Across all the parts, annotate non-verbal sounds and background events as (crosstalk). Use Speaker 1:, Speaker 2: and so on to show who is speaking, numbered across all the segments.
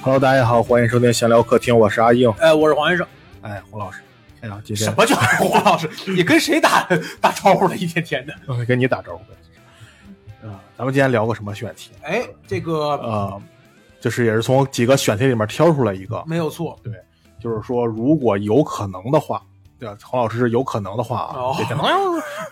Speaker 1: Hello，大家好，欢迎收听闲聊客厅，我是阿硬，
Speaker 2: 哎，我是黄先生。
Speaker 1: 哎，胡老师，哎呀，今天
Speaker 2: 什么叫胡老师？你跟谁打打招呼了？一天天的。
Speaker 1: 呃跟你打招呼呗。啊、咱们今天聊个什么选题？
Speaker 2: 哎，这个
Speaker 1: 呃，就是也是从几个选题里面挑出来一个，
Speaker 2: 没有错。
Speaker 1: 就是说如果有可能的话，对吧？黄老师是有可能的话啊，
Speaker 2: 哦
Speaker 1: 别讲了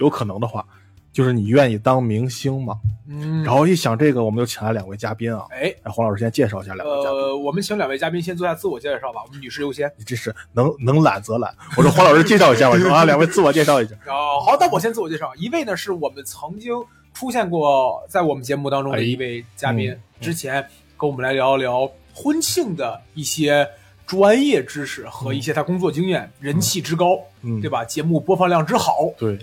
Speaker 1: 有可能的话，就是你愿意当明星吗？
Speaker 2: 嗯，
Speaker 1: 然后一想这个，我们就请来两位嘉宾啊。
Speaker 2: 哎，
Speaker 1: 哎，黄老师先介绍一下两位嘉宾。
Speaker 2: 呃，我们请两位嘉宾先做下自我介绍吧，我们女士优先。
Speaker 1: 你这是能能懒则懒，我说黄老师介绍一
Speaker 2: (laughs)
Speaker 1: 下吧，就啊，两位自我介绍一下。
Speaker 2: 哦，好，那我先自我介绍。一位呢是我们曾经出现过在我们节目当中的一位嘉宾，
Speaker 1: 哎嗯嗯
Speaker 2: 之前跟我们来聊一聊婚庆的一些专业知识和一些他工作经验，人气之高，
Speaker 1: 嗯
Speaker 2: 对吧？节目播放量之好，
Speaker 1: 对，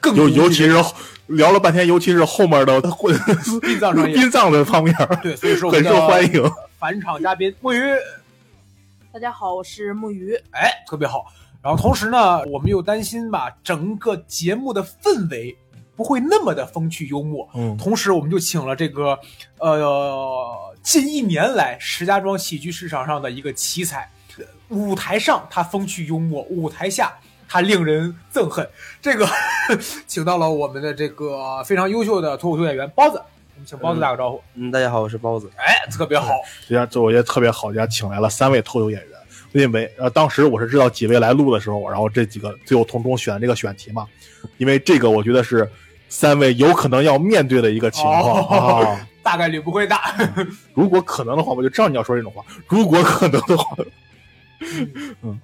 Speaker 2: 更
Speaker 1: (laughs) 尤
Speaker 2: 无
Speaker 1: 尤
Speaker 2: 敌
Speaker 1: 其是后聊了半天，尤其是后面 (laughs) 的混
Speaker 2: 殡葬专业
Speaker 1: 殡葬的方面儿
Speaker 2: 对，所以说我
Speaker 1: 很
Speaker 2: 们的
Speaker 1: (laughs) 受欢迎。
Speaker 2: 返场嘉宾木鱼
Speaker 3: 大家好，我是木鱼。
Speaker 2: 哎，特别好。然后同时呢，我们又担心吧，整个节目的氛围不会那么的风趣幽默。
Speaker 1: 嗯，
Speaker 2: 同时，我们就请了这个，呃，近一年来石家庄喜剧市场上的一个奇才，舞台上他风趣幽默，舞台下他令人憎恨。这个 (laughs) 请到了我们的这个非常优秀的脱口秀演员包子，我们请包子打个招呼。
Speaker 4: 嗯，大家好，我是包子。
Speaker 2: 哎，特别好，
Speaker 1: 这家这我觉得特别好，人家请来了三位脱口演员。因为呃，当时我是知道几位来录的时候，然后这几个最后从中选这个选题嘛，因为这个我觉得是三位有可能要面对的一个情况、
Speaker 2: 哦
Speaker 1: 啊。
Speaker 2: (laughs) 大概率不会大。 (laughs)
Speaker 1: 如果可能的话，我就知道你要说这种话。如果可能的话，嗯，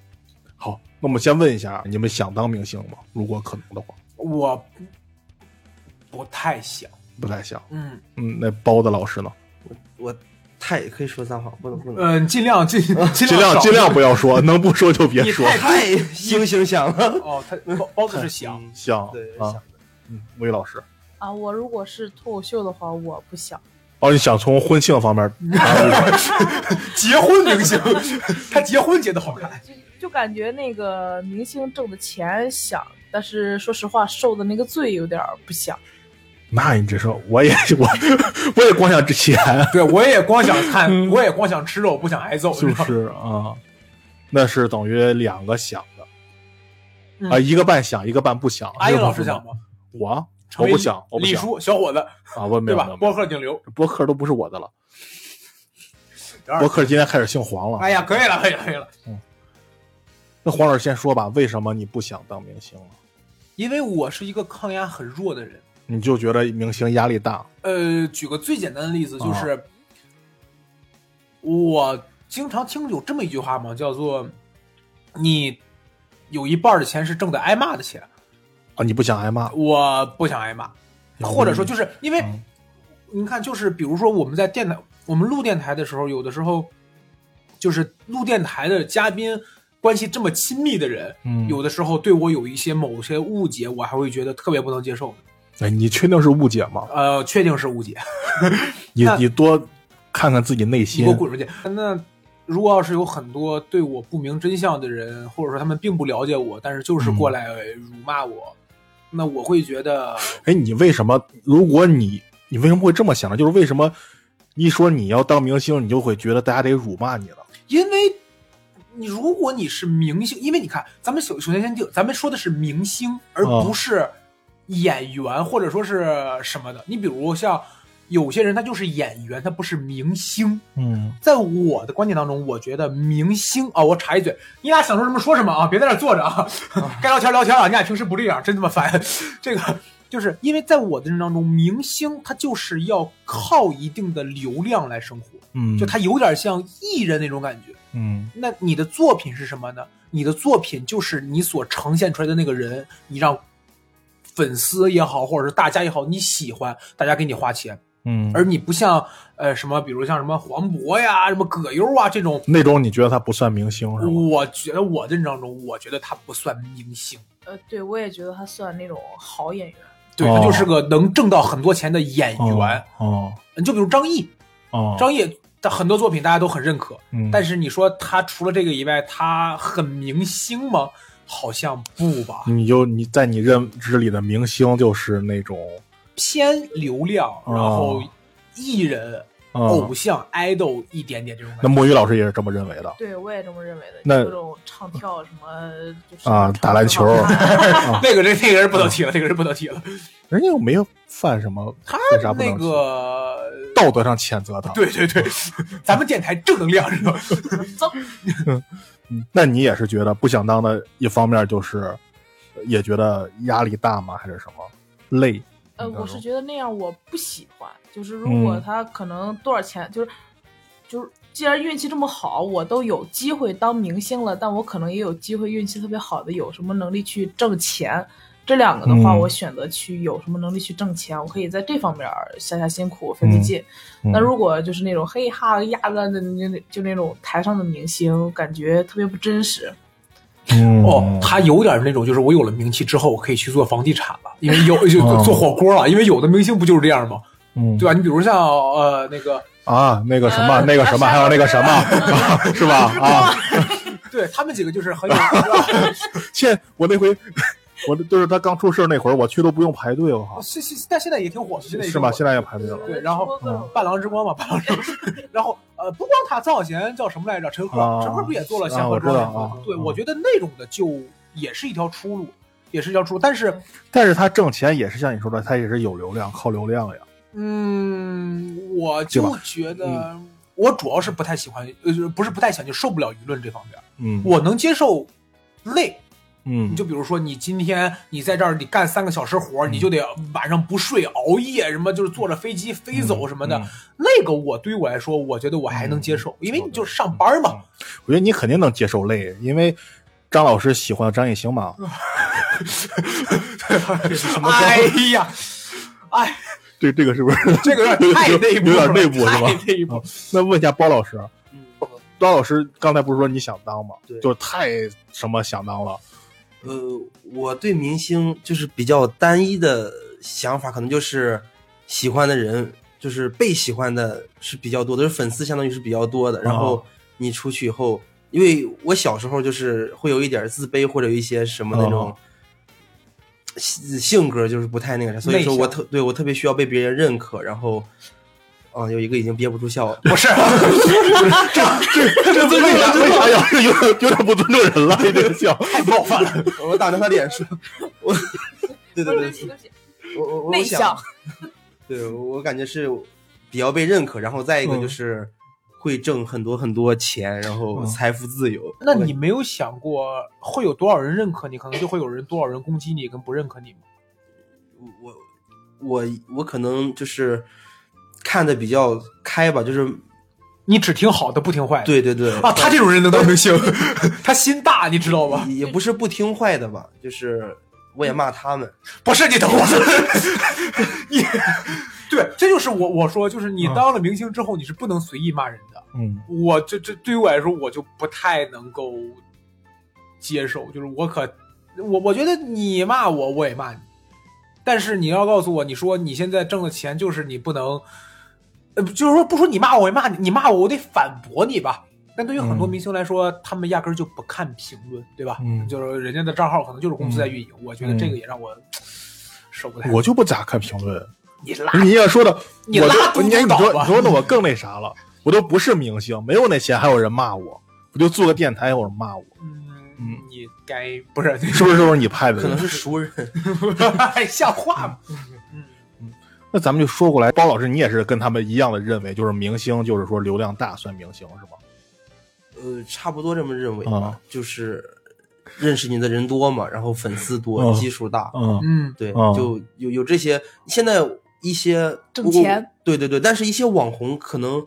Speaker 1: 好，那么先问一下，你们想当明星吗？如果可能的话，
Speaker 2: 我不不太想，
Speaker 1: 不太想。
Speaker 2: 嗯
Speaker 1: 嗯，那包子老师呢？
Speaker 4: 我太可以说脏话，不能不能。
Speaker 2: 嗯，尽量尽尽
Speaker 1: 尽量
Speaker 2: 少
Speaker 1: 尽量不要
Speaker 2: (laughs)
Speaker 1: 说，能不说就别说
Speaker 2: 你。太
Speaker 4: 太惺惺想了。
Speaker 2: 哦，他包包子是想，
Speaker 4: 嗯
Speaker 1: 像
Speaker 4: 对，想
Speaker 1: 啊，嗯，魏老师，
Speaker 3: 啊，我如果是脱口秀的话，我不想。
Speaker 1: 哦，你想从婚庆方面，
Speaker 2: 结婚明星， (laughs) 他结婚结的好看，
Speaker 3: 就就感觉那个明星挣的钱想，但是说实话，受的那个罪有点儿不想。
Speaker 1: 那你这说，我也 (laughs) 我我也光想之
Speaker 2: (laughs)
Speaker 1: 前，
Speaker 2: 对我也光想看，我也光想吃嗯肉，不想挨揍，
Speaker 1: 就
Speaker 2: 你知道吗
Speaker 1: 是啊，那是等于两个想的
Speaker 2: 嗯
Speaker 1: 啊，一个半想，一个半不想。
Speaker 2: 阿英老师
Speaker 1: 是吧
Speaker 2: 想吗？
Speaker 1: 我啊
Speaker 2: 成
Speaker 1: 我
Speaker 2: 为
Speaker 1: 不想，我不
Speaker 2: 李
Speaker 1: 想
Speaker 2: 叔小伙子，
Speaker 1: 啊，我没
Speaker 2: 对
Speaker 1: 有
Speaker 2: 吧
Speaker 1: 没有？没
Speaker 2: 播
Speaker 1: 有，
Speaker 2: 客顶流，
Speaker 1: 博客都不是我的了，
Speaker 2: 然
Speaker 1: 博
Speaker 2: 后
Speaker 1: 客今天开始姓黄了。
Speaker 2: 哎呀，可以了，可以了，可以 (laughs) 了。
Speaker 1: 那黄老师先说吧，为什么你不想当明星了？
Speaker 2: 因为我是一个抗压很弱的人，
Speaker 1: 你就觉得明星压力大？
Speaker 2: 呃，举个最简单的例子，就是、
Speaker 1: 哦
Speaker 2: 我经常听有这么一句话嘛，叫做“你有一半的钱是挣的挨骂的钱
Speaker 1: 啊，你不想挨骂”，？
Speaker 2: 我不想挨骂，
Speaker 1: 嗯
Speaker 2: 或者说就是因为、
Speaker 1: 嗯
Speaker 2: 你看，就是比如说我们在电台，我们录电台的时候，有的时候就是录电台的嘉宾关系这么亲密的人，
Speaker 1: 嗯
Speaker 2: 有的时候对我有一些某些误解，我还会觉得特别不能接受。
Speaker 1: 哎，你确定是误解吗？
Speaker 2: 呃，确定是误解。
Speaker 1: 你
Speaker 2: 那
Speaker 1: 你多看看自己内
Speaker 2: 你
Speaker 1: 心
Speaker 2: 给我。滚出去！那如果要是有很多对我不明真相的人，或者说他们并不了解我，但是就是过来辱骂我，那我会觉得，
Speaker 1: 哎，你为什么？如果你你为什么会这么想呢？就是为什么一说你要当明星，你就会觉得大家得辱骂你了？
Speaker 2: 因为你如果你是明星，因为你看，咱们首首先先定，咱们说的是明星，而
Speaker 1: 哦
Speaker 2: 不是演员或者说是什么的。你比如像有些人，他就是演员，他不是明星。
Speaker 1: 嗯，
Speaker 2: 在我的观点当中，我觉得明星啊、我插一嘴，你俩想说什么说什么啊，别在那儿坐着啊，该聊天聊天啊，你俩平时不这样，真他妈烦。 (laughs) 这个就是因为在我的认知当中，明星他就是要靠一定的流量来生活，
Speaker 1: 嗯
Speaker 2: 就他有点像艺人那种感觉。
Speaker 1: 嗯
Speaker 2: 那你的作品是什么呢？你的作品就是你所呈现出来的那个人，你让粉丝也好，或者是大家也好，你喜欢，大家给你花钱。
Speaker 1: 嗯
Speaker 2: 而你不像呃什么，比如像什么黄渤呀、什么葛优啊这种，
Speaker 1: 那种你觉得他不算明星是吗？
Speaker 2: 我觉得我的认知当中，我觉得他不算明星，
Speaker 3: 呃，对我也觉得他算那种好演员。
Speaker 2: 对、
Speaker 1: 哦
Speaker 2: 他就是个能挣到很多钱的演员。
Speaker 1: 哦
Speaker 2: 你就比如张译，
Speaker 1: 哦，
Speaker 2: 张译但很多作品大家都很认可，
Speaker 1: 嗯
Speaker 2: 但是你说他除了这个以外，他很明星吗？好像不吧，
Speaker 1: 你就你在你认知里的明星就是那种
Speaker 2: 偏流量，然
Speaker 1: 哦
Speaker 2: 后艺人、
Speaker 1: 嗯
Speaker 2: 偶像、idol 一点点这种
Speaker 1: 那
Speaker 2: 感觉。
Speaker 1: 墨鱼老师也是这么认为的
Speaker 3: 对，我也这么认为的。
Speaker 1: 那
Speaker 3: 各种唱跳什么，就是
Speaker 1: 啊
Speaker 3: 唱
Speaker 1: 打篮球
Speaker 3: 跳
Speaker 1: (laughs)
Speaker 3: 啊
Speaker 2: 那个人，那个人不能提了，那个人不能提了。
Speaker 1: 人家又没有犯什么，
Speaker 2: 他
Speaker 1: 为啥不
Speaker 2: 那
Speaker 1: 能提
Speaker 2: 个，
Speaker 1: 道德上谴责他。
Speaker 2: 对对对， (laughs) 咱们电台正能量是吧？
Speaker 1: 嗯，那你也是觉得不想当的一方面就是，呃也觉得压力大吗？还是什么累？
Speaker 3: 呃，
Speaker 1: 你当
Speaker 3: 我
Speaker 1: 中
Speaker 3: 是觉得那样我不喜欢，就是
Speaker 1: 嗯
Speaker 3: 如果他可能多少钱，就是就是，既然运气这么好，我都有机会当明星了，但我可能也有机会运气特别好的，有什么能力去挣钱。这两个的话，
Speaker 1: 嗯
Speaker 3: 我选择去有什么能力去挣钱，我可以在这方面儿下下辛苦费费劲。那
Speaker 1: 嗯
Speaker 3: 如果就是那种嘿哈呀的那那那就那种台上的明星，感觉特别不真实。
Speaker 1: 嗯
Speaker 2: 哦，他有点那种，就是我有了名气之后，我可以去做房地产了，因为
Speaker 1: (laughs)
Speaker 2: 有就
Speaker 1: 哦
Speaker 2: 做火锅了，因为有的明星不就是这样吗？
Speaker 1: 嗯，
Speaker 2: 对吧？你比如像呃那个， (laughs)
Speaker 1: 啊，那个什么，
Speaker 3: 呃
Speaker 1: 那个什么，
Speaker 3: 啊
Speaker 1: 还有那个
Speaker 3: (laughs)
Speaker 1: 什么，是吧？啊，
Speaker 2: 对他们几个就
Speaker 1: (laughs)
Speaker 2: 是很有，
Speaker 1: 现我那回， (laughs) 我就是他刚出事那会儿，我去都不用排队，我靠，
Speaker 2: 是是，但现在也挺火，现在也
Speaker 1: 是
Speaker 2: 挺
Speaker 1: 吗？
Speaker 2: 火
Speaker 1: 现在也排队了
Speaker 2: 对然后嗯
Speaker 3: 直播各种
Speaker 2: 伴郎之光嘛，伴 (laughs) 郎
Speaker 1: (laughs)
Speaker 2: 之光。然后呃，不光他，曾小贤叫什么来着？陈赫，
Speaker 1: 啊
Speaker 2: 陈赫不也做了
Speaker 1: 啊
Speaker 2: 贤
Speaker 1: 我
Speaker 2: 合
Speaker 1: 知
Speaker 2: 庄
Speaker 1: 道
Speaker 2: 园吗？
Speaker 1: 啊
Speaker 2: 对，
Speaker 1: 啊
Speaker 2: 我觉得那种的就也是一条出路，也是一条出路。但是，
Speaker 1: 但是他挣钱也是像你说的，他也是有流量，靠流量呀。
Speaker 2: 嗯，我就觉得
Speaker 1: 嗯
Speaker 2: 我主要是不太喜欢，呃，不是不太想，就受不了舆论这方面。
Speaker 1: 嗯，
Speaker 2: 我能接受累，
Speaker 1: 嗯
Speaker 2: 你就比如说，你今天你在这儿你干三个小时活儿，你就得晚上不睡熬夜，什么就是坐着飞机飞走什么的
Speaker 1: 嗯嗯嗯，嗯
Speaker 2: 那个我对于我来说，我觉得我还能接受，因为你就上班嘛。
Speaker 1: 我觉得你肯定能接受累，因为张老师喜欢张艺兴嘛，
Speaker 2: 哎呀，
Speaker 1: (laughs)
Speaker 2: 哎，
Speaker 1: 对这个是不是？
Speaker 2: 这个有点太内部了，
Speaker 1: 有点内部是吧嗯
Speaker 2: 太内部。
Speaker 1: 那问一下包老师，
Speaker 4: 嗯，
Speaker 1: 包老师刚才不是说你想当吗？
Speaker 4: 对
Speaker 1: 就是太什么想当了，
Speaker 4: 呃，我对明星就是比较单一的想法，可能就是喜欢的人，就是被喜欢的是比较多的，就是粉丝相当于是比较多的。然
Speaker 2: 哦
Speaker 4: 后你出去以后，因为我小时候就是会有一点自卑或者有一些什么那种
Speaker 1: 哦
Speaker 4: 性性格，就是不太那个啥，所以
Speaker 2: 内
Speaker 4: 说
Speaker 2: 向
Speaker 4: 我特对我特别需要被别人认可。然后，啊、有一个已经憋不住笑
Speaker 2: (laughs)
Speaker 4: 了。
Speaker 2: 不是，
Speaker 1: 这为啥为啥要是有点有点不尊重人了？这个笑，
Speaker 4: 太冒犯了，我打着他脸说，我， (laughs) 对对
Speaker 3: 不
Speaker 4: 对
Speaker 3: 是，对不起
Speaker 4: 我我我
Speaker 3: 内
Speaker 4: 想
Speaker 3: 向，
Speaker 4: 对我感觉是比较被认可，然后再一个就是会挣很多很多钱，然后
Speaker 1: 嗯
Speaker 4: 财富自由。
Speaker 2: 那你没有想过会有多少人认可你，可能就会有人多少人攻击你跟不认可你吗？
Speaker 4: 我我我可能就是看的比较开吧，就是
Speaker 2: 你只听好的，不听坏的。
Speaker 4: 对对对
Speaker 2: 啊，他这种人能当明星， (laughs) 他心大，你知道吧？
Speaker 4: 也也不是不听坏的吧，就是我也骂他们，
Speaker 2: 不是
Speaker 1: (laughs)
Speaker 2: 你等我，你对，这就是我我说，就是你
Speaker 1: 嗯
Speaker 2: 当了明星之后，你是不能随意骂人的。
Speaker 1: 嗯
Speaker 2: 我这这对于我来说，我就不太能够接受，就是我可我我觉得你骂我，我也骂你，但是你要告诉我，你说你现在挣的钱就是你不能，呃，不就是说不说你骂我，我也骂你，你骂我，我得反驳你吧。但对于很多
Speaker 1: 嗯
Speaker 2: 明星来说，他们压根儿就不看评论，对吧？
Speaker 1: 嗯
Speaker 2: 就是人家的账号可能就是公司在运营，我觉得这个也让我受不太。
Speaker 1: (laughs) 我就不咋看评论，
Speaker 2: 你拉
Speaker 1: 你也说的，
Speaker 2: 你
Speaker 1: 我就
Speaker 2: 拉都
Speaker 1: 你
Speaker 2: 不
Speaker 1: 你
Speaker 2: 倒
Speaker 1: 说
Speaker 2: 吧
Speaker 1: 你说的我更那啥了，我都不是明星，没有那钱，还有人骂我，我就做个电台，有人骂我，
Speaker 2: 嗯
Speaker 1: 嗯，
Speaker 2: 你该不是 (laughs)
Speaker 1: 是不是？是不是你派的
Speaker 4: 可能
Speaker 1: 人？
Speaker 4: 是熟人。
Speaker 2: 像话吗？
Speaker 1: 那咱们就说过来，包老师，你也是跟他们一样的认为，就是明星，就是说流量大算明星是吧？
Speaker 4: 呃，差不多这么认为吧
Speaker 1: 啊，
Speaker 4: 就是认识你的人多嘛，然后粉丝多，
Speaker 1: 嗯
Speaker 4: 基数大，
Speaker 1: 嗯
Speaker 2: 嗯，
Speaker 4: 对，
Speaker 1: 嗯
Speaker 4: 就有有这些。现在一些
Speaker 3: 挣
Speaker 4: 不过
Speaker 3: 钱，
Speaker 4: 对对对，但是一些网红可能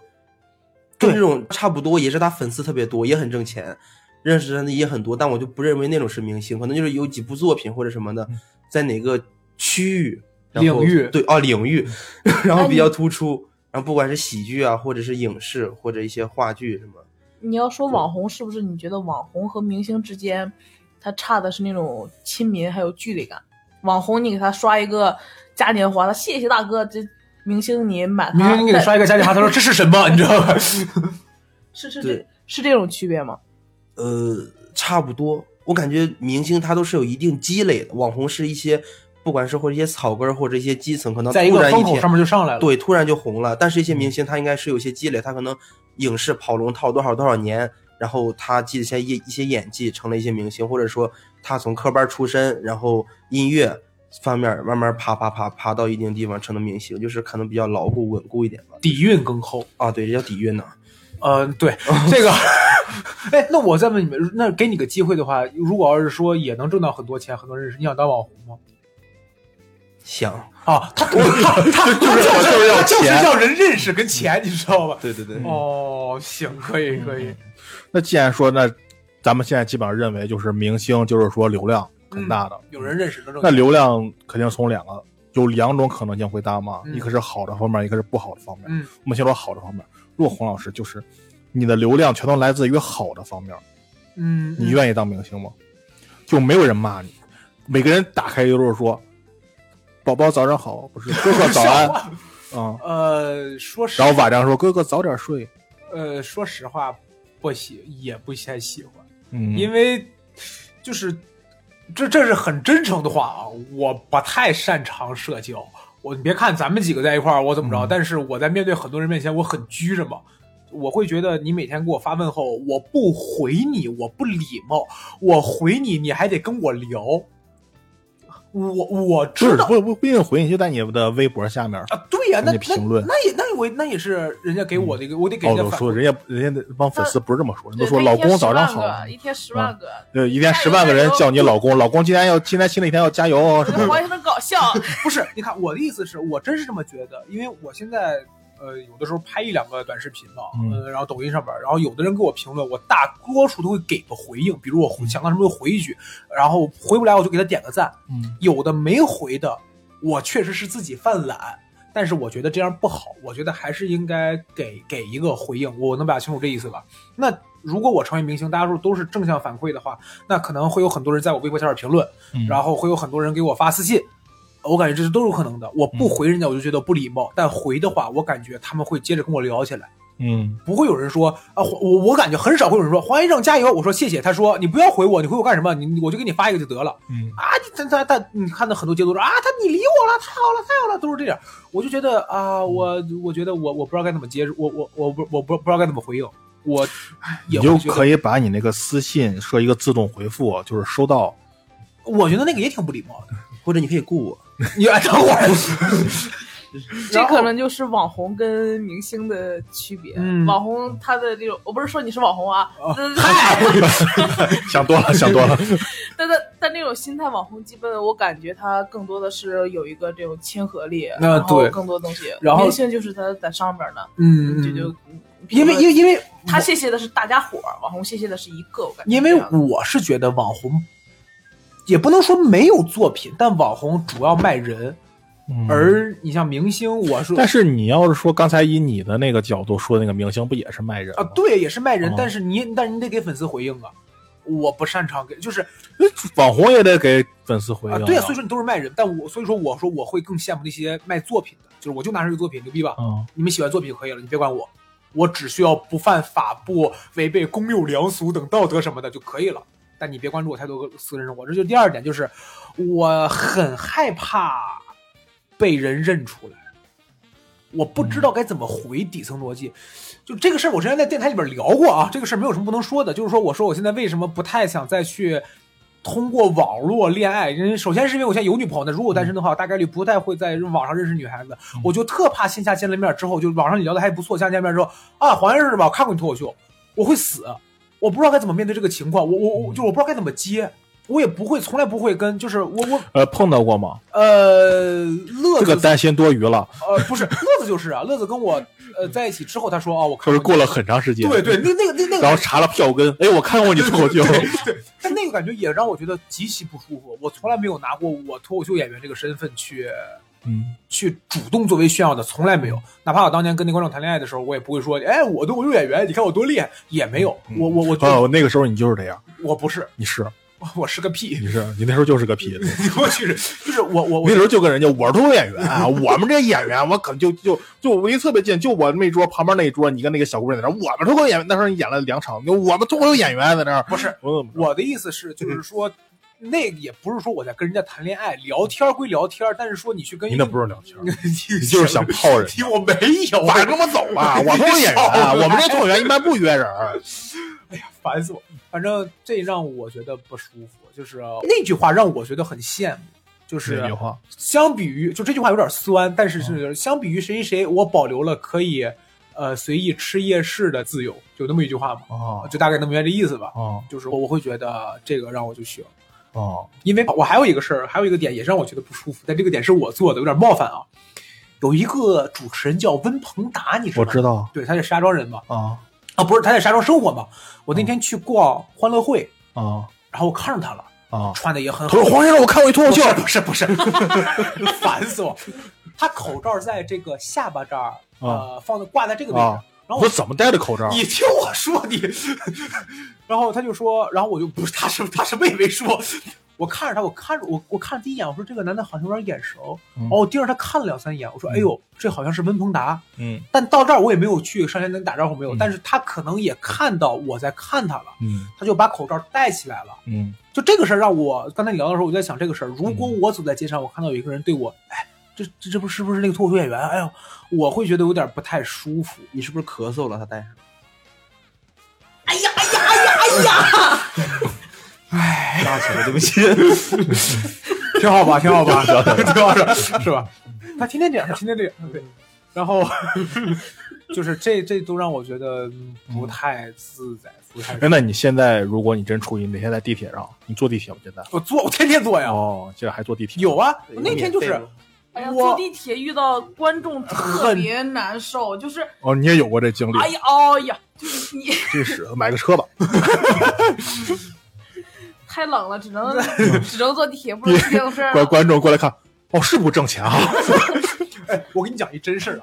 Speaker 4: 跟这种差不多，也是他粉丝特别多，也很挣钱，认识人的也很多，但我就不认为那种是明星，可能就是有几部作品或者什么的，在哪个区域然后
Speaker 2: 嗯领域嗯
Speaker 4: 对哦领域， (laughs) 然
Speaker 3: 那
Speaker 4: 后
Speaker 3: 你
Speaker 4: 比较突出，然后不管是喜剧啊，或者是影视，或者一些话剧什么。
Speaker 3: 你要说网红，是不是你觉得网红和明星之间，他差的是那种亲民还有距离感？网红你给他刷一个嘉年华，他谢谢大哥，这明星你买
Speaker 2: 明
Speaker 3: 他
Speaker 2: 明给你刷一个加迪哈，他说这是什么？你知道吧？
Speaker 3: 是是
Speaker 4: 对
Speaker 3: 这是这种区别吗？
Speaker 4: 呃，差不多。我感觉明星他都是有一定积累的，网红是一些，不管是或者一些草根儿或者一些基层，可能突
Speaker 2: 在
Speaker 4: 然
Speaker 2: 一
Speaker 4: 一
Speaker 2: 个风口
Speaker 4: 天
Speaker 2: 上面就上来了。
Speaker 4: 对，突然就红了。但是一些明星他应该是有些积累，他可能影视跑龙套多少多少年，然后他积累一些一一些演技，成了一些明星，或者说他从科班出身，然后音乐方面慢慢爬爬爬爬到一定地方，成了明星，就是可能比较牢固稳固一点吧。
Speaker 2: 底蕴更厚。
Speaker 4: 啊，对，这叫底蕴呢。
Speaker 2: 嗯，
Speaker 1: (laughs)
Speaker 2: 对，这个，哎，那我再问你们，那给你个机会的话，如果要是说也能挣到很多钱，很多人是你想当网红吗？
Speaker 4: 想，
Speaker 2: 啊，
Speaker 1: (laughs)
Speaker 2: 他他他
Speaker 1: 就是我就是要
Speaker 2: 他就是
Speaker 1: 钱
Speaker 2: 要人认识跟钱，你知道吧？
Speaker 4: 对对对
Speaker 2: 哦，行，可以可以，
Speaker 1: 那既然说，那咱们现在基本上认为就是明星就是说流量很大的，
Speaker 2: 有人认识能挣
Speaker 1: 那
Speaker 2: 钱。
Speaker 1: 流量肯定从两个有两种可能性会搭嘛，
Speaker 2: 嗯
Speaker 1: 一个是好的方面，一个是不好的方面。
Speaker 2: 嗯
Speaker 1: 我们先说好的方面，如果洪老师就是你的流量全都来自于好的方面，
Speaker 2: 嗯，
Speaker 1: 你愿意当明星吗？就没有人骂你，每个人打开都是说“宝宝早上好”，不是“哥哥早安
Speaker 2: (laughs) 笑话”
Speaker 1: 啊、
Speaker 2: 嗯呃，说实
Speaker 1: 然后晚上说“哥哥早点睡
Speaker 2: 呃，说实话，不喜也不太喜欢，”，
Speaker 1: 嗯，
Speaker 2: 因为就是这这是很真诚的话啊，我不太擅长社交。我你别看咱们几个在一块儿，我怎么着，
Speaker 1: 嗯
Speaker 2: 但是我在面对很多人面前，我很拘着嘛。我会觉得你每天给我发问候，我不回你，我不礼貌；我回你，你还得跟我聊。我我
Speaker 1: 就
Speaker 2: 知
Speaker 1: 是
Speaker 2: 道
Speaker 1: 不不不一定回你，就在你的微博下面。
Speaker 2: 啊，对呀、那
Speaker 1: 人家评论
Speaker 2: 那那也那我那也是人家给我的一个，我得给人
Speaker 1: 哦，
Speaker 2: 家
Speaker 1: 都
Speaker 2: 反
Speaker 1: 说
Speaker 2: 馈。
Speaker 1: 人家人家那帮粉丝不是这么说，人都
Speaker 3: 呃对
Speaker 1: 说
Speaker 3: 他
Speaker 1: 老
Speaker 3: 一天
Speaker 1: 公
Speaker 3: 10
Speaker 1: 早上
Speaker 3: 万
Speaker 1: 好，
Speaker 3: 个一天十万个，
Speaker 1: 呃，一天
Speaker 3: 加油
Speaker 1: 十万个人
Speaker 3: 加油
Speaker 1: 叫你老公，老公今天要今天新的一天要加油哦，
Speaker 3: 我
Speaker 1: 什
Speaker 3: 觉得
Speaker 1: 么
Speaker 3: (laughs) 黄
Speaker 1: 的。
Speaker 3: 先生搞笑，
Speaker 2: 不是，你看我的意思是我真是这么觉得，因为我现在呃有的时候拍一两个短视频嘛，
Speaker 1: 嗯
Speaker 2: 呃，然后抖音上边儿，然后有的人给我评论，我大多数都会给个回应，比如我回想到什么就回一句，然后回不来我就给他点个赞，
Speaker 1: 嗯，
Speaker 2: 有的没回的，我确实是自己犯懒。但是我觉得这样不好，我觉得还是应该给给一个回应。我能表达清楚这意思吧？那如果我成为明星，大家说都是正向反馈的话，那可能会有很多人在我微博下面评论，
Speaker 1: 嗯
Speaker 2: 然后会有很多人给我发私信，我感觉这是都有可能的。我不回人家，我就觉得不礼貌；但回的话，我感觉他们会接着跟我聊起来，
Speaker 1: 嗯，
Speaker 2: 不会有人说啊，我我我感觉很少会有人说黄先生加油，我说谢谢。他说你不要回我，你回我干什么？你你我就给你发一个就得了
Speaker 1: 嗯
Speaker 2: 啊！你他他他，你看到很多截图说啊，他你理我了，太好了，太好了，都是这样。我就觉得啊，我我觉得我我不知道该怎么接，我我我不我不不知道该怎么回应，我
Speaker 1: 哎你
Speaker 2: 也
Speaker 1: 就
Speaker 2: 会觉得
Speaker 1: 可以把你那个私信设一个自动回复，哦就是收到。 (laughs)
Speaker 2: 我觉得那个也挺不礼貌的。
Speaker 4: 或者你可以雇我。
Speaker 2: 你哎等会
Speaker 1: (laughs)
Speaker 2: 儿。
Speaker 3: 这可能就是网红跟明星的区别。
Speaker 2: 嗯
Speaker 3: 网红他的这种，我不是说你是网红啊，
Speaker 2: 哦
Speaker 3: 但嗨，
Speaker 1: 想多了，想多
Speaker 2: (laughs)
Speaker 1: 了。
Speaker 3: 但但但那种心态，网红基本我感觉他更多的是有一个这种亲和力，
Speaker 2: 那
Speaker 3: 然后
Speaker 2: 对
Speaker 3: 更多东西。
Speaker 2: 然后
Speaker 3: 明星就是他在上边呢，
Speaker 2: 嗯，
Speaker 3: 这就
Speaker 2: 因为因为因为
Speaker 3: 他谢谢的是大家伙儿，网红谢谢的是一个，我感觉
Speaker 2: 因
Speaker 3: 这
Speaker 2: 为
Speaker 3: 样
Speaker 2: 我是觉得网红也不能说没有作品，但网红主要卖人，
Speaker 1: 嗯
Speaker 2: 而你像明星，我是
Speaker 1: 但是你要是说刚才以你的那个角度说那个明星，不也是卖人
Speaker 2: 啊
Speaker 1: 吗，
Speaker 2: 对，也是卖人
Speaker 1: 哦，
Speaker 2: 但是你但是你得给粉丝回应啊。我不擅长给，就是
Speaker 1: 那网红也得给粉丝回应
Speaker 2: 啊，对啊，所以说你都是卖人，但我所以说我说我会更羡慕那些卖作品的，就是我就拿出一个作品牛逼吧，
Speaker 1: 嗯，
Speaker 2: 你们喜欢作品就可以了，你别管我，我只需要不犯法、不违背公有良俗等道德什么的就可以了。但你别关注我太多个私人生活，这就第二点，就是我很害怕被人认出来，我不知道该怎么回底层逻辑。就这个事儿，我之前在电台里边聊过啊，这个事儿没有什么不能说的，就是说我说我现在为什么不太想再去。通过网络恋爱，因为首先是因为我现在有女朋友，但如果单身的话，我大概率不太会在网上认识女孩子。
Speaker 1: 嗯
Speaker 2: 我就特怕线下见了面之后，就网上你聊的还不错，线下见面之后啊，黄先生是吧？我看过你脱口秀，我会死，我不知道该怎么面对这个情况，我
Speaker 1: 嗯
Speaker 2: 我我就我不知道该怎么接，我也不会，从来不会跟，就是我我
Speaker 1: 呃，碰到过吗？
Speaker 2: 呃，乐
Speaker 1: 这
Speaker 2: 子
Speaker 1: 个担心多余了，
Speaker 2: 呃不是乐子就是啊，乐子跟我呃在一起之后，他说
Speaker 1: (laughs)
Speaker 2: 啊，我看
Speaker 1: 就是
Speaker 2: 过
Speaker 1: 过
Speaker 2: 你
Speaker 1: 了很长时间。
Speaker 2: 对对，那那个那那个
Speaker 1: 然后查了票根，哎，我看过你脱口秀。
Speaker 2: 但那个感觉也让我觉得极其不舒服，我从来没有拿过我脱口秀演员这个身份去。
Speaker 1: (laughs) 嗯，
Speaker 2: 去主动作为炫耀的，从来没有。哪怕我当年跟那观众谈恋爱的时候，我也不会说，哎，我都我是演员，你看我多厉害，也没有。我我我觉得
Speaker 1: 哦，那个时候你就是这样，
Speaker 2: 我不是， (laughs)
Speaker 1: 你是
Speaker 2: 我我是个屁， (laughs)
Speaker 1: 你是你那时候就是个屁，
Speaker 2: 我去，就是我我
Speaker 1: 那
Speaker 2: 我
Speaker 1: 时候就跟人家我是脱口演员啊，我们这演员我可就就就我离特别近，就我们那桌旁边那一桌，你跟那个小姑娘在那儿，我们脱口演员那时候演了两场，我们脱口演员在那儿，
Speaker 2: 不是
Speaker 1: 我怎么
Speaker 2: 我的意思是，就是说，那个也不是说我在跟人家谈恋爱，聊天归聊天，但是说你去跟
Speaker 1: 你那不是聊天，
Speaker 2: 是
Speaker 1: 你就是想泡
Speaker 2: (laughs)
Speaker 1: 人。
Speaker 2: 你我没
Speaker 1: (laughs)
Speaker 2: 有，
Speaker 1: 晚上跟我走
Speaker 2: (laughs)
Speaker 1: 吧，我脱口演员，啊我们这脱口演员一般不约人儿。
Speaker 2: 烦死我。反正这让我觉得不舒服，就是那句话让我觉得很羡慕，就是啊
Speaker 1: 那句话，
Speaker 2: 相比于就这句话有点酸，但是是
Speaker 1: 啊
Speaker 2: 相比于谁谁谁，我保留了可以呃随意吃夜市的自由，有那么一句话吗？
Speaker 1: 哦
Speaker 2: 就大概能明白这意思吧。
Speaker 1: 哦
Speaker 2: 就是我我会觉得这个让我就学，
Speaker 1: 哦，
Speaker 2: 因为我还有一个事儿，还有一个点也是让我觉得不舒服，但这个点是我做的，有点冒犯啊。有一个主持人叫温鹏达，你知道
Speaker 1: 我
Speaker 2: 吗？
Speaker 1: 知道
Speaker 2: 对，他是石家庄人嘛，
Speaker 1: 啊
Speaker 2: 啊，不是，他在石家庄生活嘛。我那天去逛欢乐会，
Speaker 1: 啊
Speaker 2: 然后我看着他了，
Speaker 1: 啊！
Speaker 2: 穿的也很
Speaker 1: 他
Speaker 2: 好
Speaker 1: 说。黄先生，我看过一脱口秀，
Speaker 2: 不是不是，不是 (laughs) 烦死我！他口罩在这个下巴这儿，呃，放在挂在这个位置
Speaker 1: 啊。
Speaker 2: 然后
Speaker 1: 我
Speaker 2: 我
Speaker 1: 说怎么戴的口罩？
Speaker 2: 你听我说你， (laughs) 然后他就说，然后我就不是他什么他什么也没说，我看着他，我看着我我看着第一眼，我说这个男的好像有点眼熟，
Speaker 1: 嗯
Speaker 2: 然后我盯着他看了两三眼，我说哎呦，这好像是温鹏达，
Speaker 1: 嗯
Speaker 2: 但到这儿我也没有去上前跟他打招呼没有，
Speaker 1: 嗯
Speaker 2: 但是他可能也看到我在看他了，
Speaker 1: 嗯
Speaker 2: 他就把口罩戴起来了。
Speaker 1: 嗯
Speaker 2: 就这个事儿让我刚才你聊的时候，我就在想这个事儿。如果我走在街上，我看到有一个人对我，哎，这这这不是不是那个脱口秀演员？哎呦，我会觉得有点不太舒服。
Speaker 4: 你是不是咳嗽了？他戴上。
Speaker 3: 哎呀哎呀哎呀哎呀！
Speaker 4: 大起来，对不 (laughs) 起。
Speaker 2: 挺好吧，挺好吧，挺好吧，是吧？
Speaker 1: 嗯
Speaker 2: 他天天这样，他天天这样，对。然后 (laughs) 就是这这都让我觉得嗯不太自在，不太舒
Speaker 1: (laughs)
Speaker 2: 服。
Speaker 1: 哎，那你现在如果你真出去，哪天在地铁上，你坐地铁吗？现在？
Speaker 2: 我坐，我天天坐呀。
Speaker 1: 哦，现在还坐地铁？
Speaker 2: 有啊，
Speaker 4: 对
Speaker 2: 那天就
Speaker 4: 免费
Speaker 2: 是
Speaker 4: 嘛
Speaker 3: 哎呀，
Speaker 2: 我
Speaker 3: 坐地铁遇到观众特别难受，就是
Speaker 1: 哦，你也有过这经历？
Speaker 3: 哎呀哦呀，就是你
Speaker 1: 真是买个车吧。
Speaker 3: 太冷了，只
Speaker 2: (laughs)
Speaker 3: 能只能坐地铁，不能去电动车了。
Speaker 1: 观观众过来看，哦，是不挣钱啊？
Speaker 2: 哎，我跟你讲一真事儿啊，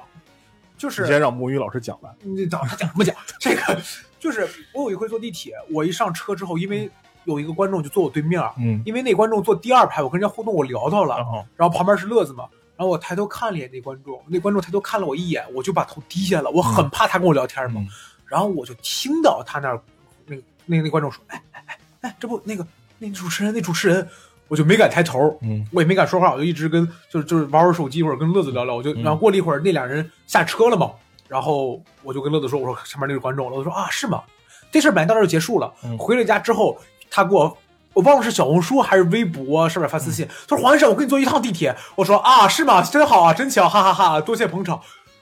Speaker 2: 就
Speaker 1: 嗯
Speaker 2: 是
Speaker 1: 你先让母语老师讲完。
Speaker 2: 你讲他讲什么
Speaker 1: (laughs)
Speaker 2: 讲？这个就是我有一回坐地铁，我一上车之后，因为有一个观众就坐我对面儿，
Speaker 1: 嗯，
Speaker 2: 因为那观众坐第二排，我跟人家互动，我聊到了，
Speaker 1: 后
Speaker 2: 然后旁边是乐子嘛，然后我抬头看了一眼那观众，那观众抬头看了我一眼，我就把头低下了，我很怕他跟我聊天嘛，
Speaker 1: 嗯
Speaker 2: 然后我就听到他那儿那那那观众说，哎哎哎哎，这不那个那主持人那主持人，我就没敢抬头，
Speaker 1: 嗯
Speaker 2: 我也没敢说话，我就一直跟就是就是玩会儿手机或者跟乐子聊聊，我就
Speaker 4: 嗯
Speaker 2: 然后过了一会儿那俩人下车了嘛，然后我就跟乐子说，我说上面那个观众，乐子说啊是吗？这事儿本来到这儿就结束了，
Speaker 1: 嗯
Speaker 2: 回了家之后，他给我。我忘了是小红书还是微博啊上面发私
Speaker 4: 嗯
Speaker 2: 信，他说黄先生，我跟你坐一趟地铁。我说啊，是吗？真好啊，真巧，哈哈哈多谢捧场。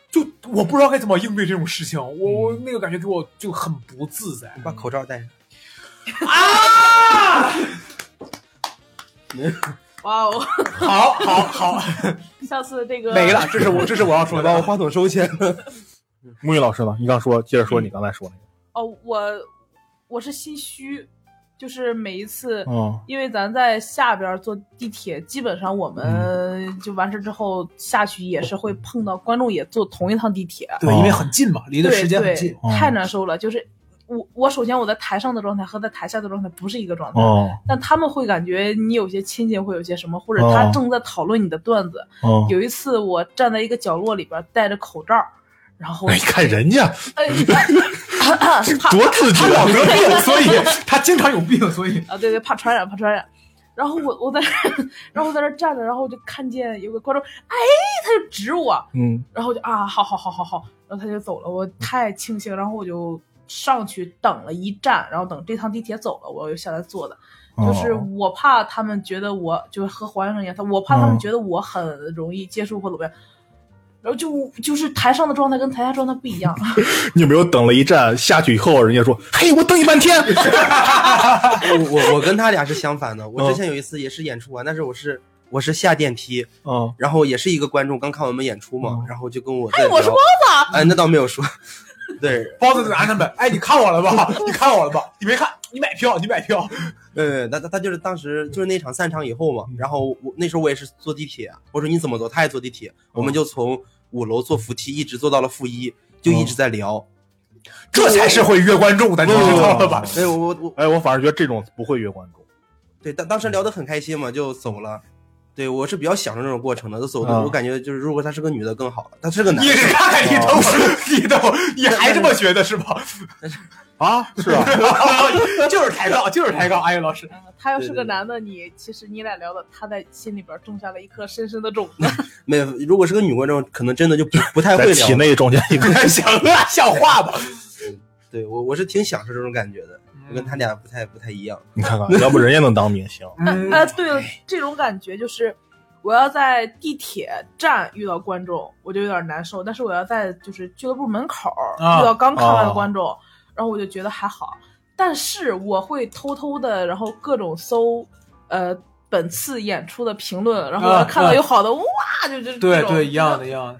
Speaker 2: 就我不知道该怎么应对这种事情，我我
Speaker 4: 嗯
Speaker 2: 那个感觉给我就很不自
Speaker 4: (laughs)
Speaker 2: 在。
Speaker 4: 把口罩戴上。
Speaker 3: 哇哦，
Speaker 2: 好，好，好，
Speaker 3: 下次这个
Speaker 2: (laughs) 没了，这是我，这是我要说
Speaker 4: 我
Speaker 2: 的
Speaker 4: (laughs) 把我。话筒收起来了。
Speaker 1: 母语老师呢？你刚说，接着说你刚才说那
Speaker 3: 哦，我我是心虚，就是每一次
Speaker 1: 个。嗯
Speaker 3: 因为咱在下边儿坐地铁，基本上我
Speaker 1: 嗯
Speaker 3: 们就完事之后下去也是会碰到观众，也坐同一趟地铁，
Speaker 2: 对，因为很近嘛，离的
Speaker 3: 对
Speaker 2: 时间很
Speaker 3: 对
Speaker 2: 近。，
Speaker 3: 太
Speaker 1: 嗯
Speaker 3: 难受了。就是我我首先我在台上的状态和在台下的状态不是一个状态，
Speaker 1: 哦
Speaker 3: 但他们会感觉你有些亲近，会有些什么，或者他
Speaker 1: 哦
Speaker 3: 正在讨论你的段子。
Speaker 1: 哦，
Speaker 3: 有一次我站在一个角落里边儿戴着口罩，然后
Speaker 1: 哎，看人家
Speaker 3: 哎
Speaker 1: (laughs)
Speaker 3: 哎 (laughs) 怕
Speaker 1: 多自觉啊
Speaker 2: 他老得病，
Speaker 1: (laughs)
Speaker 2: 所以 (laughs) 他经常有病，所以
Speaker 3: 啊，对对，怕传染，怕传染。然后我我在那儿，然后我在那儿站着，然后我就看见有个观众，哎，他就指我，
Speaker 1: 嗯
Speaker 3: 然后我就啊，好好好好好，然后他就走了，我太庆幸，然后我就上去等了一站，然后等这趟地铁走了，我又下来坐的，就是
Speaker 1: 哦
Speaker 3: 我怕他们觉得我就是和黄先生一样，他我怕他们
Speaker 1: 嗯
Speaker 3: 觉得我很容易接触或怎么样，然后就就是台上的状态跟台下状态不一样， (laughs)
Speaker 1: 你有没有等了一站下去以后，人家说，嘿，我等你半 (laughs) 天。
Speaker 4: 我我我跟他俩是相反的。我之前有一次也是演出完，但是我是我是下电梯，
Speaker 1: 嗯
Speaker 4: 然后也是一个观众刚看我们演出嘛
Speaker 1: 嗯，
Speaker 4: 然后就跟我在聊。
Speaker 3: 我是包子
Speaker 4: 哎，那倒没有说。 (laughs) 对，
Speaker 2: 包子就拿他
Speaker 1: (laughs)
Speaker 2: 们，哎，你看我了吧？你看我了吧？你没看，你买票，你买票。
Speaker 4: 对，他他他就是当时就是那场散场以后嘛，然后我那时候我也是坐地铁，啊我说你怎么走，他也坐地铁，我们就从五楼坐扶梯一直坐到了负一，就一直在聊。
Speaker 1: 哦
Speaker 2: 这才是会约观众的，你知道了吧？
Speaker 1: (laughs)
Speaker 4: 哎，我我我
Speaker 1: 哎，我反而觉得这种不会约观众，
Speaker 4: 对，当当时聊得很开心嘛，就走了。对我是比较享受这种过程的，就走的。
Speaker 1: 啊
Speaker 4: 我感觉就是，如果他是个女的更好了，他是个男
Speaker 2: 你
Speaker 4: 的，
Speaker 2: 看你都
Speaker 1: 哦
Speaker 2: (laughs) 你都你还这么觉得是
Speaker 1: (laughs)
Speaker 2: 吧？
Speaker 1: 啊，是啊，
Speaker 2: 就是抬杠，就是抬杠。哎呀，老师，
Speaker 3: 啊他要是
Speaker 4: 对
Speaker 3: 个
Speaker 4: 对
Speaker 3: 男的，你其实你俩聊的，他在心里边种下了一颗深深的种子。
Speaker 4: 没有。如果是个女观众，可能真的就不不太
Speaker 1: 在
Speaker 4: 会聊
Speaker 1: 体。内中间一个
Speaker 2: 行啊，像话吧？
Speaker 4: 对我，我是挺享受这种感觉的，我跟他俩不太不太一样。
Speaker 1: (laughs) 你看看， (laughs) 要不人家能当明星？
Speaker 2: 嗯
Speaker 3: (laughs) 哎，对了，这种感觉就是，我要在地铁站遇到观众，我就有点难受；但是我要在就是俱乐部门口儿
Speaker 2: 啊
Speaker 3: 遇到刚看完
Speaker 1: 啊
Speaker 3: 的观众，然后我就觉得还好。但是我会偷偷的，然后各种搜，呃，本次演出的评论，然后我要
Speaker 2: 啊
Speaker 3: 看
Speaker 2: 啊
Speaker 3: 到有好的，哇，就就
Speaker 2: 对
Speaker 3: 这种
Speaker 2: 对，一样的，一样的。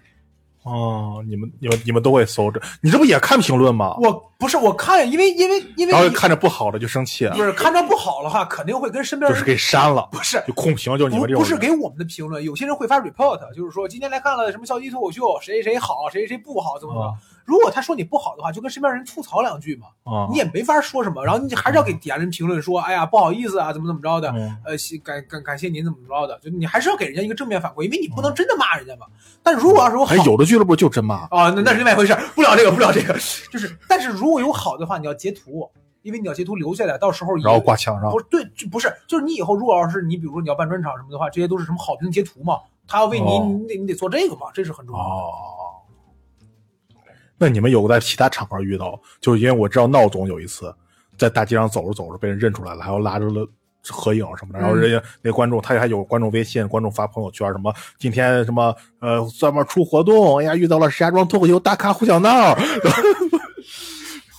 Speaker 1: 哦，你们你们你们都会搜着，你这不也看评论吗？
Speaker 2: 我不是我看，因为因为因为
Speaker 1: 然后看着不好的就生气，
Speaker 2: 不是看着不好的话，肯定会跟身边
Speaker 1: 就是给删了，
Speaker 2: 不是
Speaker 1: 就控评，就是你
Speaker 2: 不
Speaker 1: 们这
Speaker 2: 不
Speaker 1: 种
Speaker 2: 是
Speaker 1: 人。
Speaker 2: 给我们的评论，有些人会发 report，就是说今天来看了什么校级脱口秀，谁谁好，谁谁不好，怎么怎么样。如果他说你不好的话，就跟身边人吐槽两句嘛，
Speaker 1: 啊，
Speaker 2: 你也没法说什么。然后你还是要给底下人评论说，哎呀不好意思啊，怎么怎么着的，
Speaker 1: 嗯
Speaker 2: 呃，谢感感感谢您怎么着的，就你还是要给人家一个正面反馈，因为你不能真的骂人家嘛。但如果要是有好
Speaker 1: 哎，有的俱乐部就真骂，
Speaker 2: 哦，那那是另外一回事儿，不聊这个，不聊这个。 (laughs) 就是，但是如果有好的话，你要截图，因为你要截图留下来，到时候
Speaker 1: 然后挂墙上
Speaker 2: 不。是对，就不是，就是你以后如果要是你，比如说你要办专场什么的话，这些都是什么好评截图嘛，他要为你，
Speaker 1: 哦
Speaker 2: 你得你得做这个嘛，这是很重要的。
Speaker 1: 哦，那你们有在其他场合遇到？就是因为我知道闹总有一次在大街上走着走着被人认出来了，还要拉着了。合影什么的，
Speaker 2: 嗯
Speaker 1: 然后人家那观众，他还有观众微信，观众发朋友圈，什么今天什么呃，专门出活动，哎呀，遇到了石家庄脱口秀大咖胡小闹，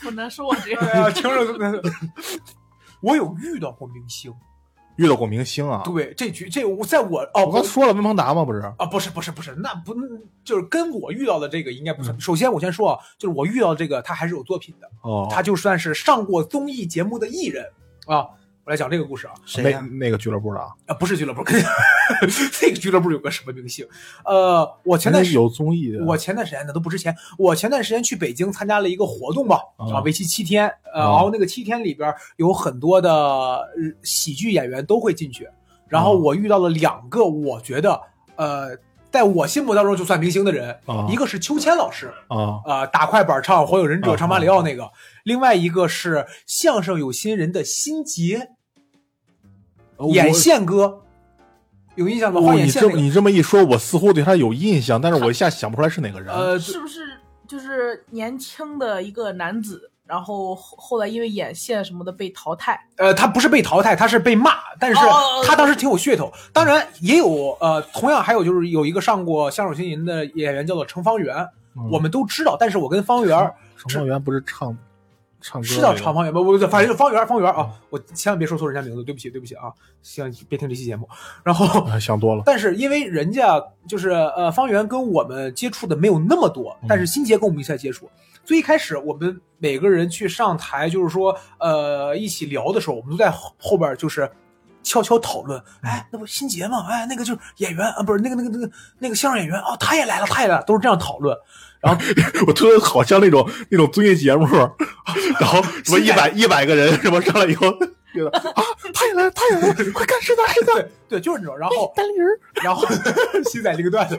Speaker 3: 好难受啊！这
Speaker 2: 哎
Speaker 3: 个
Speaker 2: 呀，听着， (laughs) 我有遇到过明星，
Speaker 1: (laughs) 遇到过明星啊。
Speaker 2: 对，这局这我在我哦，
Speaker 1: 我刚
Speaker 2: 我
Speaker 1: 说了温鹏达吗？不是，
Speaker 2: 啊，不是不是不是，那不就是跟我遇到的这个应该不算。首先我先说啊，就是我遇到这个他还是有作品的，
Speaker 1: 嗯哦，
Speaker 2: 他就算是上过综艺节目的艺人啊。我来讲这个故事啊，
Speaker 4: 谁
Speaker 1: 那
Speaker 4: 呀？
Speaker 1: 那个俱乐部的啊，
Speaker 2: 啊不是俱乐部，跟 (laughs) 那个俱乐部有个什么明星？呃，我前段时
Speaker 1: 有综艺的，
Speaker 2: 我前段时间那都不值钱，我前段时间去北京参加了一个活动嘛，
Speaker 1: 啊
Speaker 2: 啊，为期七天，呃，
Speaker 1: 啊
Speaker 2: 然后那个七天里边有很多的呃喜剧演员都会进去，然后
Speaker 1: 啊
Speaker 2: 我遇到了两个我觉得呃，在我心目当中就算明星的人，
Speaker 1: 啊
Speaker 2: 一个是秋千老师，
Speaker 1: 啊
Speaker 2: 呃，打快板唱《火影忍者》
Speaker 1: 啊
Speaker 2: 唱马里奥那个，另外一个是相声有新人的辛杰，演线哥，有印象吗？
Speaker 1: 哦我
Speaker 2: 画
Speaker 1: 哦你
Speaker 2: 眼线
Speaker 1: 这
Speaker 2: 那
Speaker 1: 么
Speaker 2: 个，
Speaker 1: 你这么一说，我似乎对他有印象，但是我一下想不出来是哪个人。
Speaker 2: 呃，
Speaker 3: 是不是就是年轻的一个男子，然后后后来因为眼线什么的被淘汰？
Speaker 2: 呃，他不是被淘汰，他是被骂，但是
Speaker 3: 哦哦哦
Speaker 2: 他当时挺有噱头。当然也有呃，同样还有就是有一个上过《相手新人》的演员叫做程方圆，
Speaker 1: 嗯
Speaker 2: 我们都知道，但是我跟方圆儿
Speaker 1: 程方圆不是唱唱歌
Speaker 2: 是叫
Speaker 1: 那个
Speaker 2: 程方圆吧？我反正就方圆儿方圆儿啊，我千万别说错人家名字，对不起对不起啊，希望你别听这期节目。然后，
Speaker 1: 啊想
Speaker 2: (laughs)
Speaker 1: 多了
Speaker 2: 但是因为人家就是呃，方圆跟我们接触的没有那么多
Speaker 1: 嗯，
Speaker 2: 但是新杰跟我们一起接触。最一开始我们每个人去上台，就是说呃一起聊的时候，我们都在后后边就是悄悄讨论，哎，那不新杰吗？哎，那个就是演员啊，不是那个那个那个那个相声演员哦，他也来了，他也来了，都是这样讨论。
Speaker 1: 我特别好像那种那种综艺节目，然后什么一百一百个人什么上来以后，觉得啊他也来了他也来了，快看是他是他
Speaker 2: 对对，就是那种。然后
Speaker 1: 单立人，
Speaker 2: 然后 (laughs) 新仔这个段子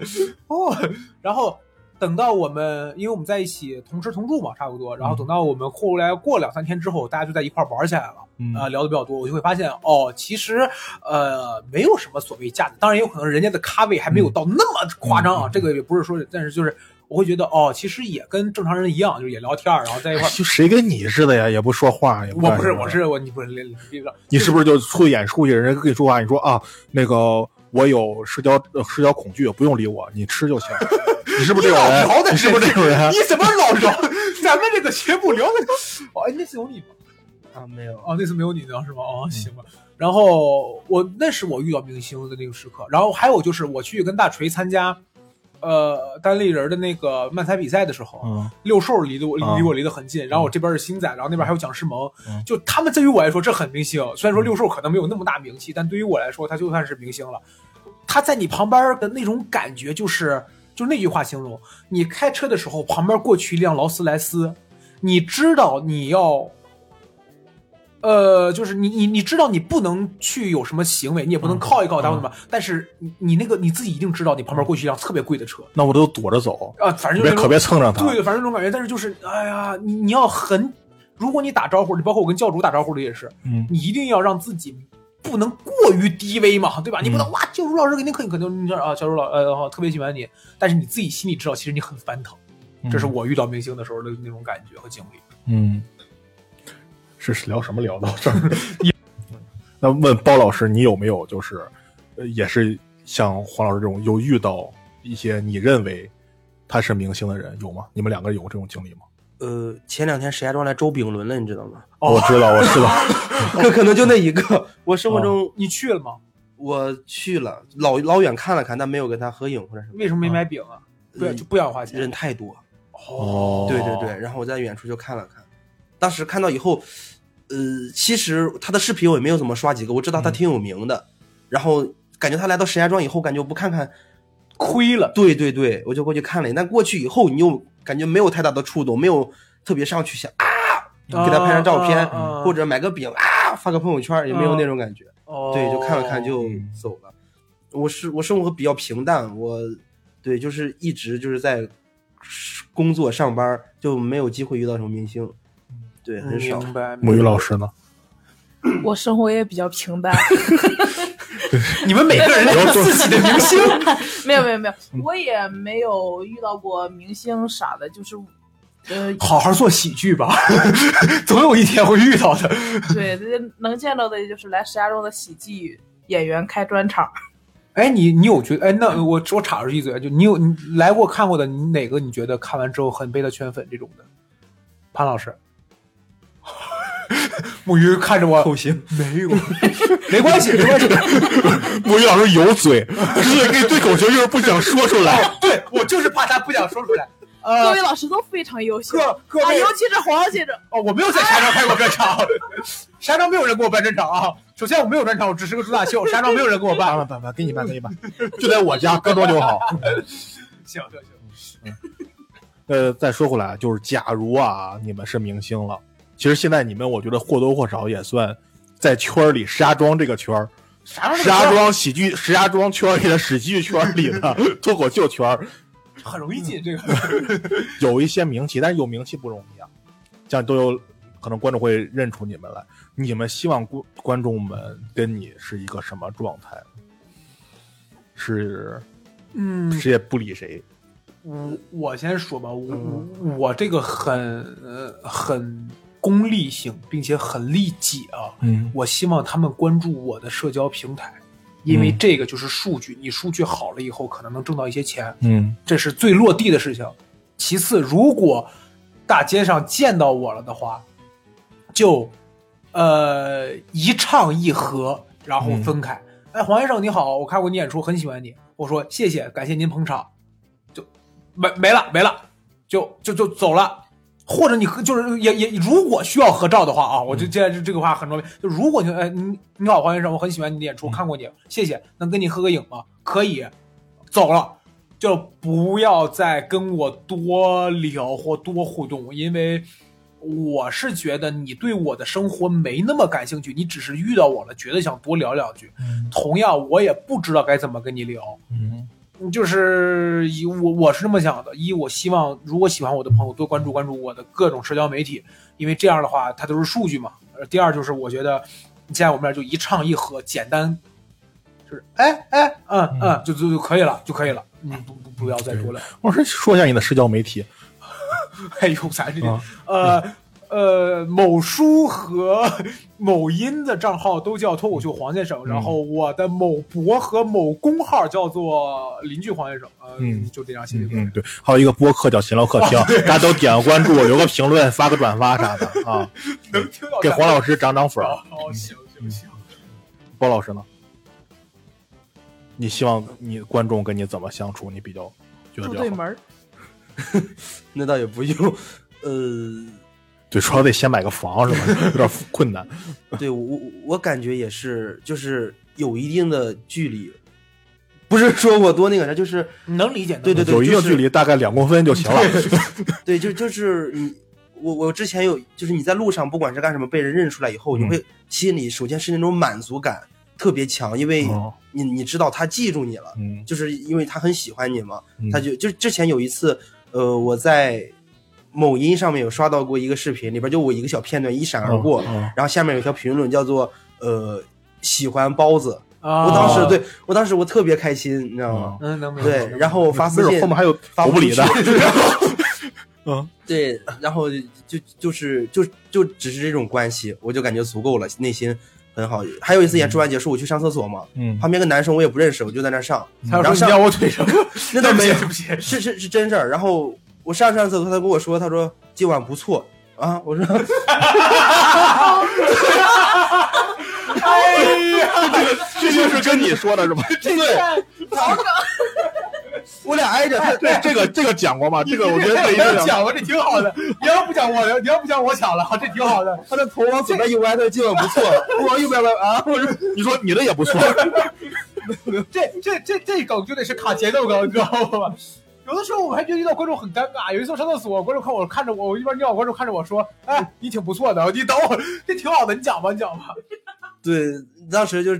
Speaker 2: 哦，然后等到我们，因为我们在一起同吃同住嘛，差不多。然后等到我们后来过两三天之后，大家就在一块儿玩起来了。
Speaker 1: 嗯
Speaker 2: 啊，聊的比较多，我就会发现哦，其实呃没有什么所谓架子，当然也有可能人家的咖位还没有到那么夸张啊，
Speaker 1: 嗯嗯嗯
Speaker 2: 这个也不是说，但是就是我会觉得哦，其实也跟正常人一样，就是也聊天儿，然后在一块儿。
Speaker 1: 就哎谁跟你似的呀，也不说话，也
Speaker 2: 我
Speaker 1: 干
Speaker 2: 不
Speaker 1: 什
Speaker 2: 是，
Speaker 1: 么
Speaker 2: 我是我，你不是你你
Speaker 1: 你是不是就出去演出去，人家跟你说话，你说啊那个我有社交呃社交恐惧，不用理我，你吃
Speaker 2: (laughs)
Speaker 1: 就行，你是不是这种
Speaker 2: 你老聊的
Speaker 1: 人？你是不是
Speaker 2: 真
Speaker 1: 这种人？
Speaker 2: 你怎么老聊？ (laughs) 咱们这个节目聊的， (laughs) 哦，哎，那次有你吗？
Speaker 4: 啊，没有。
Speaker 2: 哦，那次没有你呢，是吗？哦，行吧。然后我那是我遇到明星的那个时刻，然后还有就是我去跟大锤参加，呃，单立人的那个漫才比赛的时候，
Speaker 1: 嗯
Speaker 2: 六兽离得我
Speaker 1: 啊
Speaker 2: 离我离得很近，然后我这边是星仔，然后那边还有蒋诗萌
Speaker 1: 嗯，
Speaker 2: 就他们对于我来说这很明星。虽然说六兽可能没有那么大名气，但对于我来说他就算是明星了。他在你旁边的那种感觉就是，就那句话形容，你开车的时候旁边过去一辆劳斯莱斯，你知道你要呃，就是你你你知道你不能去有什么行为，你也
Speaker 1: 嗯
Speaker 2: 不能靠一靠他们嘛，但是你你那个你自己一定知道，你旁边过去一辆特别贵的车
Speaker 1: 那我都躲着走，
Speaker 2: 啊，反
Speaker 1: 你
Speaker 2: 正
Speaker 1: 别
Speaker 2: 就是那种
Speaker 1: 可别蹭上他。
Speaker 2: 对，反正那种感觉。但是就是，哎呀，你你要很，如果你打招呼，包括我跟教主打招呼的也是，
Speaker 1: 嗯，
Speaker 2: 你一定要让自己不能过于低微嘛，对吧？你不能、哇，教主老师肯定可以，可能你说啊，教主老呃好特别喜欢你，但是你自己心里知道，其实你很翻腾。这是我遇到明星的时候的那种感觉和经历。
Speaker 1: 嗯，是是聊什么聊到 (laughs) 这儿？那问包老师，你有没有就是，呃，也是像黄老师这种有遇到一些你认为他是明星的人有吗？你们两个有过这种经历吗？
Speaker 4: 呃，前两天石家庄来周炳伦了，你知道吗？
Speaker 1: 哦我知道，我知道， (laughs)
Speaker 4: 这可能就那一个。 (laughs) 我生活中
Speaker 2: 你去了吗？
Speaker 4: 我去了，老老远看了看，但没有跟他合影或者什么，
Speaker 2: 为什么没买饼啊？不要就不想花钱。
Speaker 4: 人太多。
Speaker 1: 哦
Speaker 4: 对对对，然后我在远处就看了看，当时看到以后，呃，其实他的视频我也没有怎么刷几个，我知道他挺有名的，然后感觉他来到石家庄以后，感觉我不看看，
Speaker 2: 亏了。
Speaker 4: 对对对，我就过去看了。但过去以后，你又感觉没有太大的触动，没有特别上去想啊，给他拍张照片，
Speaker 2: 啊啊啊
Speaker 4: 或者买个饼啊，发个朋友圈，也没有那种感觉。
Speaker 2: 哦
Speaker 4: 对，就看了看就走了。我是我生活比较平淡，我对就是一直就是在工作上班，就没有机会遇到什么明星，对，很少。
Speaker 2: 嗯明白。
Speaker 1: 母语老师呢？
Speaker 3: 我生活也比较平淡，
Speaker 2: 你们每个人都有自己的明星。
Speaker 3: (laughs) 没有没有没有，我也没有遇到过明星啥的，就是， (laughs) 呃，
Speaker 2: 好好做喜剧吧， (laughs) 总有一天会遇到的。
Speaker 3: 对，这能见到的也就是来石家庄的喜剧演员开专场。
Speaker 2: 哎，你你有觉得？哎，那我我插出一嘴，啊就你有你来过看过的，你哪个你觉得看完之后很被他圈粉这种的？潘老师， (laughs) 木鱼看着我口型没 (laughs) 有，没关系，没关系。
Speaker 1: 母语老师有嘴，就是跟对口型，就是不想说出来。
Speaker 2: 对我就是怕他不想说出来。
Speaker 3: 各
Speaker 2: 呃
Speaker 3: 位，老师都非常优秀，
Speaker 2: 各各
Speaker 3: 啊，
Speaker 2: 位
Speaker 3: 尤其是黄先生，
Speaker 2: 哦，我没有在沙庄开过专场，沙庄没有人给我办专场啊。首先我没有专场，我只是个主打秀，沙庄没有人给 (laughs) 我办。
Speaker 1: 办办 (laughs) 办，给你办给你办，就在我家，隔多久好。
Speaker 2: 行行行，
Speaker 1: 呃，再说回来，就是假如啊，你们是明星了，其实现在你们我觉得或多或少也算在圈儿里，石家庄这个圈儿，
Speaker 2: 沙庄
Speaker 1: 石家庄喜剧、石家庄圈儿里的喜剧圈儿里 (laughs) 的脱口秀圈儿，
Speaker 2: 很容易进这个。 (laughs)
Speaker 1: 有一些名气，但是有名气不容易啊，这样都有可能观众会认出你们来。你们希望观观众们跟你是一个什么状态？是
Speaker 2: 嗯，
Speaker 1: 谁也不理谁，
Speaker 2: 我我先说吧，我我我这个很呃很功利性，并且很利己啊。
Speaker 1: 嗯
Speaker 2: 我希望他们关注我的社交平台，因为
Speaker 1: 嗯
Speaker 2: 这个就是数据，你数据好了以后，可能能挣到一些钱，
Speaker 1: 嗯
Speaker 2: 这是最落地的事情。其次，如果大街上见到我了的话，就呃一唱一和，然后分开。哎，黄先生你好，我看过你演出，很喜欢你。我说谢谢，感谢您捧场，就没没了没了，就就就走了。或者你和就是也也，如果需要合照的话啊，我就这这这个话很重要。就如果你哎你你好黄先生，我很喜欢你的演出，看过你，谢谢，能跟你合个影吗？可以，走了。就不要再跟我多聊或多互动，因为我是觉得你对我的生活没那么感兴趣，你只是遇到我了，觉得想多聊两句。同样，我也不知道该怎么跟你聊，
Speaker 1: 嗯
Speaker 2: 就是以我我是这么想的：一，我希望如果喜欢我的朋友多关注关注我的各种社交媒体，因为这样的话它都是数据嘛。呃第二就是我觉得你现在我们俩就一唱一和，简单，就是哎哎嗯嗯，就就就可以了，就可以了，
Speaker 1: 哎
Speaker 2: 嗯不不不要再多了。 (laughs)
Speaker 1: 我说说一下你的社交媒体，
Speaker 2: 哎呦，咱这个
Speaker 1: 啊
Speaker 2: 呃呃，某书和某音的账号都叫脱口秀黄先生，然
Speaker 1: 嗯
Speaker 2: 后我的某博和某公号叫做邻居黄先生，呃，
Speaker 1: 嗯
Speaker 2: 就这样，谢谢
Speaker 1: 嗯
Speaker 2: 各位。
Speaker 1: 嗯，对，还有一个播客叫闲聊
Speaker 4: (laughs)
Speaker 1: 客
Speaker 4: 哦
Speaker 1: 厅，大家都点个关注，留个评论，发个转发啥的啊，
Speaker 2: 能听到
Speaker 1: (laughs) 给黄
Speaker 2: 师
Speaker 1: 老师涨涨粉儿。
Speaker 2: 哦，行行行，
Speaker 1: 包老师呢？你希望你观众跟你怎么相处？你比较觉得
Speaker 3: 住
Speaker 1: 比
Speaker 3: 对
Speaker 1: 较好？
Speaker 3: 门儿，
Speaker 4: 那倒也不用，呃，
Speaker 1: 对，主要得先买个房是吧？有 (laughs) 点困难。
Speaker 4: 对我我我感觉也是，就是有一定的距离，不是说我多那个啥，就是
Speaker 2: 能理解，能
Speaker 4: 对对
Speaker 2: 理解
Speaker 4: 对
Speaker 1: 有一定
Speaker 4: 就是
Speaker 1: 距离，大概两公分就行了。
Speaker 4: 对，就就是你，我我之前有，就是你在路上不管是干什么，被人认出来以后，你
Speaker 1: 嗯
Speaker 4: 会心里首先是那种满足感特别强，因为
Speaker 1: 哦
Speaker 4: 你你知道他记住你了，
Speaker 1: 嗯，
Speaker 4: 就是因为他很喜欢你嘛。
Speaker 1: 嗯
Speaker 4: 他就就之前有一次，呃，我在某音上面有刷到过一个视频，里边就我一个小片段一闪 (laughs) 而过，
Speaker 1: 嗯
Speaker 4: 然后下面有一条评论叫做呃喜欢包子，
Speaker 2: 啊
Speaker 1: 哦
Speaker 4: 我当时对我当时我特别开心，你知道吗？
Speaker 2: 嗯，能明白。
Speaker 4: 对，然后我发
Speaker 1: 没
Speaker 4: 私
Speaker 1: 准
Speaker 4: 信
Speaker 1: 哦后面还有
Speaker 4: 发
Speaker 1: 我不
Speaker 4: 出 (laughs)
Speaker 1: 理的
Speaker 4: 去
Speaker 2: (laughs)
Speaker 1: 嗯
Speaker 4: 对，然后就就是就就只是这种关系，我就感觉足够了，内心很好。还有一次
Speaker 2: 嗯
Speaker 4: 演出完结束，我去上厕所嘛，
Speaker 1: 嗯
Speaker 4: 旁边个男生我也不认识，我就在那上，
Speaker 2: 嗯他
Speaker 4: 然
Speaker 2: 要
Speaker 4: 后
Speaker 2: 说
Speaker 4: 上
Speaker 2: 你让我腿上，
Speaker 4: 那倒没有
Speaker 2: 对，不起，对不起
Speaker 4: 是是是真事儿。然后我上上厕所，他跟我说，他说今晚不错啊，
Speaker 2: (laughs)
Speaker 4: 我说
Speaker 1: 哎这就是跟你说的是吧？ (laughs)
Speaker 4: 对，我俩挨着，他
Speaker 1: 对，这个这个讲过吗？这个我觉得
Speaker 2: 你
Speaker 1: 一
Speaker 2: 要
Speaker 4: (laughs)
Speaker 1: 定讲。
Speaker 2: 讲吧，这挺好的。你要不讲我，你要不讲我抢了，这挺好的。
Speaker 4: 他的头往左边一歪，他说今晚不错，我往右边歪啊，我说
Speaker 1: 你说你的也不错，
Speaker 2: 这这这这梗就得是卡节奏梗，你知道吗？有的时候我还觉得遇到观众很尴尬。有一次我上厕所，观众看我看着我，我一边尿，观众看着我说：“哎，你挺不错的，你等我，这挺好的，你讲吧，你讲吧。
Speaker 4: 对，当时就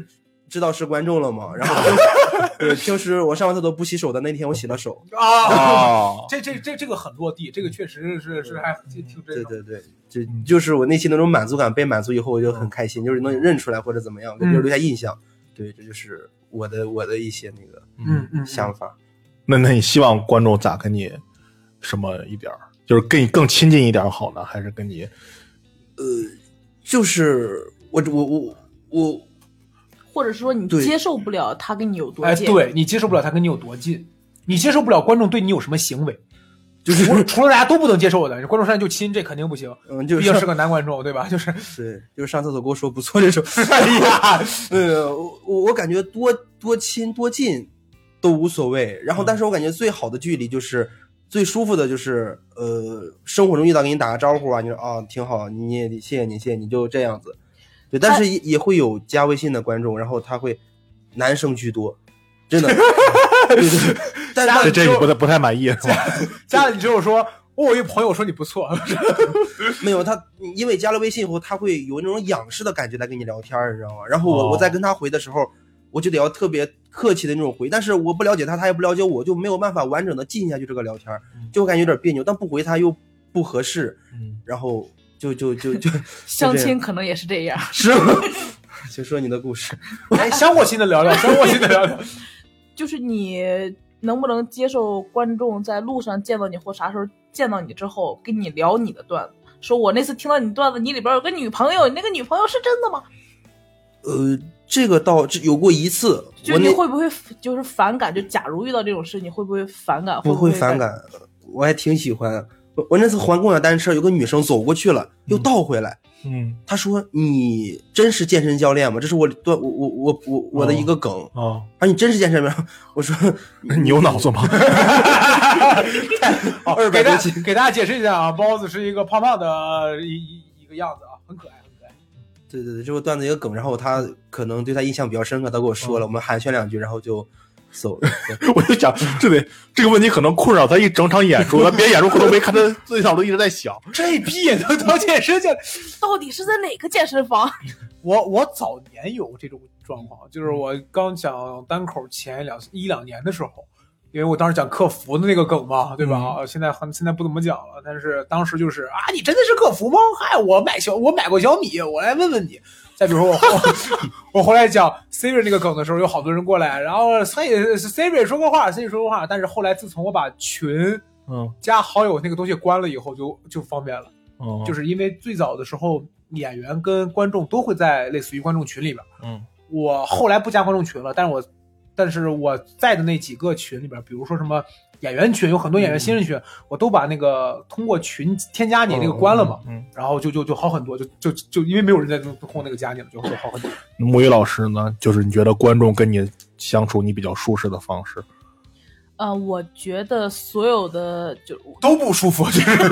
Speaker 4: 知道是观众了嘛。然后
Speaker 2: (laughs)
Speaker 4: 我就对，平时我上完厕所不洗手的那天，我洗了手。”
Speaker 1: (laughs)
Speaker 2: 啊，
Speaker 1: 哦，
Speaker 2: 这这这这个很落地，这个确实是是还挺挺真
Speaker 4: 对
Speaker 2: 的。
Speaker 4: 对对，就
Speaker 1: 嗯
Speaker 4: 就是我内心那种满足感被满足以后，我就很开心，就是
Speaker 2: 嗯
Speaker 4: 能认出来或者怎么样，给别人留下印象。对，这就是我的我的一些那个
Speaker 2: 嗯嗯，
Speaker 4: 想法。
Speaker 1: 那那你希望观众咋跟你什么一点儿？就是跟你更亲近一点儿好呢，还是跟你
Speaker 4: 就是我我我我
Speaker 3: 或者说你
Speaker 4: 对
Speaker 3: 接受不了他跟你有多
Speaker 2: 哎，
Speaker 3: 近，
Speaker 2: 对你接受不了他跟你有多近，你接受不了观众对你有什么行为，
Speaker 4: 就是
Speaker 2: 除了除了大家都不能接受的，观众上来就亲，这肯定不行。
Speaker 4: 嗯，就
Speaker 2: 毕竟是
Speaker 4: 是
Speaker 2: 个男观众，对吧？就是
Speaker 4: 对，就是上厕所跟我说不错这首。 (laughs) 哎呀，呃，我我我感觉多多亲多近都无所谓。然后，但是我感觉最好的距离就是。最舒服的就是，呃，生活中遇到给你打个招呼啊，你说啊、挺好，你也谢谢你，谢谢你，就这样子。对，但是也也会有加微信的观众，然后他会男生居多，真的。对对对，但
Speaker 2: 瞎
Speaker 1: 对
Speaker 4: 但
Speaker 1: 这个不太不太满意是 (laughs) 吧？
Speaker 2: 家里只有说，我有一朋友说你不错，
Speaker 4: 没有他，因为加了微信以后，他会有那种仰视的感觉来跟你聊天儿，你知道吗？然后我、
Speaker 1: 哦
Speaker 4: 我在跟他回的时候，我就得要特别客气的那种回，但是我不了解他，他也不了解我，就没有办法完整的进下去这个聊天儿，就会感觉有点别扭，但不回他又不合适，
Speaker 1: 嗯
Speaker 4: 然后就就
Speaker 3: (laughs)
Speaker 4: 就就
Speaker 3: 相
Speaker 4: 就这
Speaker 3: 亲
Speaker 4: 样
Speaker 3: 可能也是这样。
Speaker 4: 是， (laughs) 请说你的故事。
Speaker 2: (laughs) 哎，相过心的聊聊，相过心的聊聊。
Speaker 3: 就是你能不能接受观众在路上见到你或啥时候见到你之后跟你聊你的段子，说我那次听到你段子，你里边有个女朋友，你那个女朋友是真的吗？
Speaker 4: 呃，这个倒这有过一次，
Speaker 3: 就
Speaker 4: 我
Speaker 3: 是你
Speaker 4: 那
Speaker 3: 会不会就是反感？就假如遇到这种事，你会不会反感？
Speaker 4: 不
Speaker 3: 会
Speaker 4: 会反
Speaker 3: 感。
Speaker 4: 感，我还挺喜欢。我我那次还共享单车，有个女生走过去了，又倒回来。
Speaker 1: (laughs) 嗯
Speaker 4: 他说：“你真是健身教练吗？”这是我段我我我我我的一个梗。
Speaker 1: 哦，
Speaker 4: 啊，你真是健身吗？ (laughs) 我说
Speaker 1: 你有脑子吗？ (laughs)
Speaker 4: 二
Speaker 2: 哦给
Speaker 4: 百
Speaker 2: 大家
Speaker 4: 多斤。
Speaker 2: 给大家解释一下啊，包子是一个胖胖的呃一一一个样子啊，很可爱，很可爱。
Speaker 4: 对对对，这是我段子一个梗，然后他可能对他印象比较
Speaker 2: 哦
Speaker 4: 深刻，他跟我说了，我们寒暄两句，然后就走了。
Speaker 2: (laughs)
Speaker 1: 我就想，这得这个问题可能困扰他一整场演出，他别演出回头没看，他自己脑子一直在想。
Speaker 2: 这逼也能当健身教练？
Speaker 3: 到底是在哪个健身房？ (laughs)
Speaker 2: 我我早年有这种状况，就是我刚讲单口前两一两年的时候，因为我当时讲客服的那个梗嘛，对吧？啊现在很现在不怎么讲了，但是当时就是啊，你真的是客服吗？嗨，我买小我买过小米，我来问问你。再比如说我后 (laughs) 我后来讲 Siri 那个梗的时候，有好多人过来，然后所以 Siri 说过话，Siri 说过话，但是后来自从我把群
Speaker 1: 嗯，
Speaker 2: 加好友那个东西关了以后就，就方便了。
Speaker 1: 哦
Speaker 2: 就是因为最早的时候，演员跟观众都会在类似于观众群里边。
Speaker 1: 嗯，
Speaker 2: 我后来不加观众群了，但是我，但是我在的那几个群里边，比如说什么演员群，有很多演员新人群，我都把那个通过群添加你那个关了嘛，
Speaker 1: 嗯，
Speaker 2: 然后就就就好很多，就就就因为没有人在控那个加你了，就就好很多。
Speaker 1: 母语老师呢，就是你觉得观众跟你相处你比较舒适的方式，
Speaker 3: 呃，我觉得所有的就
Speaker 2: 都不舒服，就是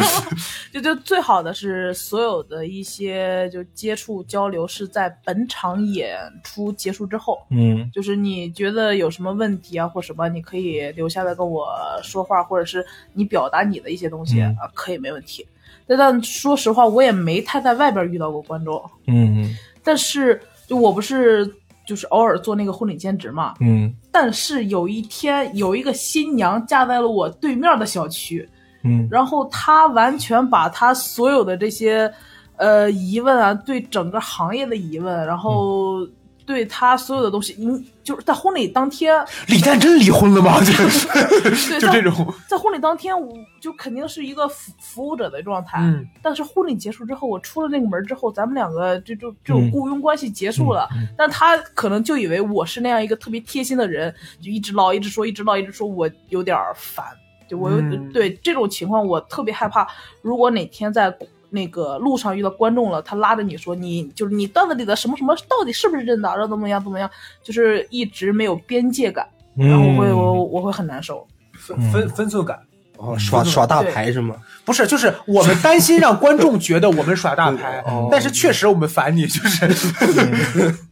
Speaker 3: 就就最好的是所有的一些就接触交流是在本场演出结束之后，
Speaker 1: 嗯
Speaker 3: 就是你觉得有什么问题啊或什么，你可以留下来跟我说话，或者是你表达你的一些东西、
Speaker 1: 嗯
Speaker 3: 啊，可以没问题。但但说实话，我也没太在外边遇到过观众。
Speaker 1: 嗯
Speaker 3: 但是就我不是就是偶尔做那个婚礼兼职嘛，
Speaker 1: 嗯
Speaker 3: 但是有一天有一个新娘嫁在了我对面的小区，
Speaker 1: 嗯
Speaker 3: 然后她完全把她所有的这些呃疑问啊，对整个行业的疑问，然后对她所有的东西，你就是在婚礼当天，
Speaker 2: 李诞真离婚了吗？ (laughs)
Speaker 3: 对
Speaker 2: 就就
Speaker 3: 在
Speaker 2: 这种，
Speaker 3: 在婚礼当天，我就肯定是一个服服务者的状态。
Speaker 2: 嗯
Speaker 3: 但是婚礼结束之后，我出了那个门之后，咱们两个这就这种
Speaker 1: 嗯
Speaker 3: 雇佣关系结束了。但他可能就以为我是那样一个特别贴心的人，就一直唠，一直说，一直唠，一直说，我有点儿烦。就我有、
Speaker 2: 嗯
Speaker 3: 对这种情况，我特别害怕。如果哪天在那个路上遇到观众了，他拉着你说你就是你段子里的什么什么到底是不是真的，然后怎么样怎么样，就是一直没有边界感，
Speaker 1: 嗯，
Speaker 3: 然后我会我我会很难受。
Speaker 2: 分分分寸感
Speaker 4: 哦，耍耍大
Speaker 3: 对
Speaker 4: 牌是吗？，
Speaker 2: 不是，就是我们担心让观众觉得我们耍大牌
Speaker 4: 哦
Speaker 2: 但是确实我们烦你，就是，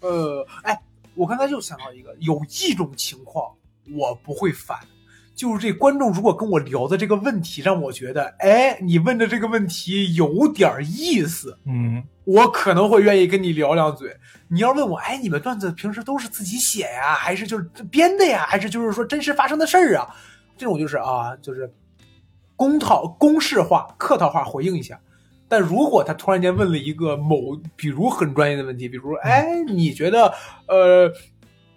Speaker 2: 呃，哎，我刚才又想到一个，有一种情况我不会烦。就是这观众如果跟我聊的这个问题，让我觉得，哎，你问的这个问题有点意思，
Speaker 1: 嗯
Speaker 2: 我可能会愿意跟你聊两嘴。你要问我，哎，你们段子平时都是自己写呀，还是就是编的呀，还是就是说真实发生的事儿啊？这种就是啊，就是公套公式化、客套话回应一下。但如果他突然间问了一个某，比如很专业的问题，比如，哎，你觉得，呃，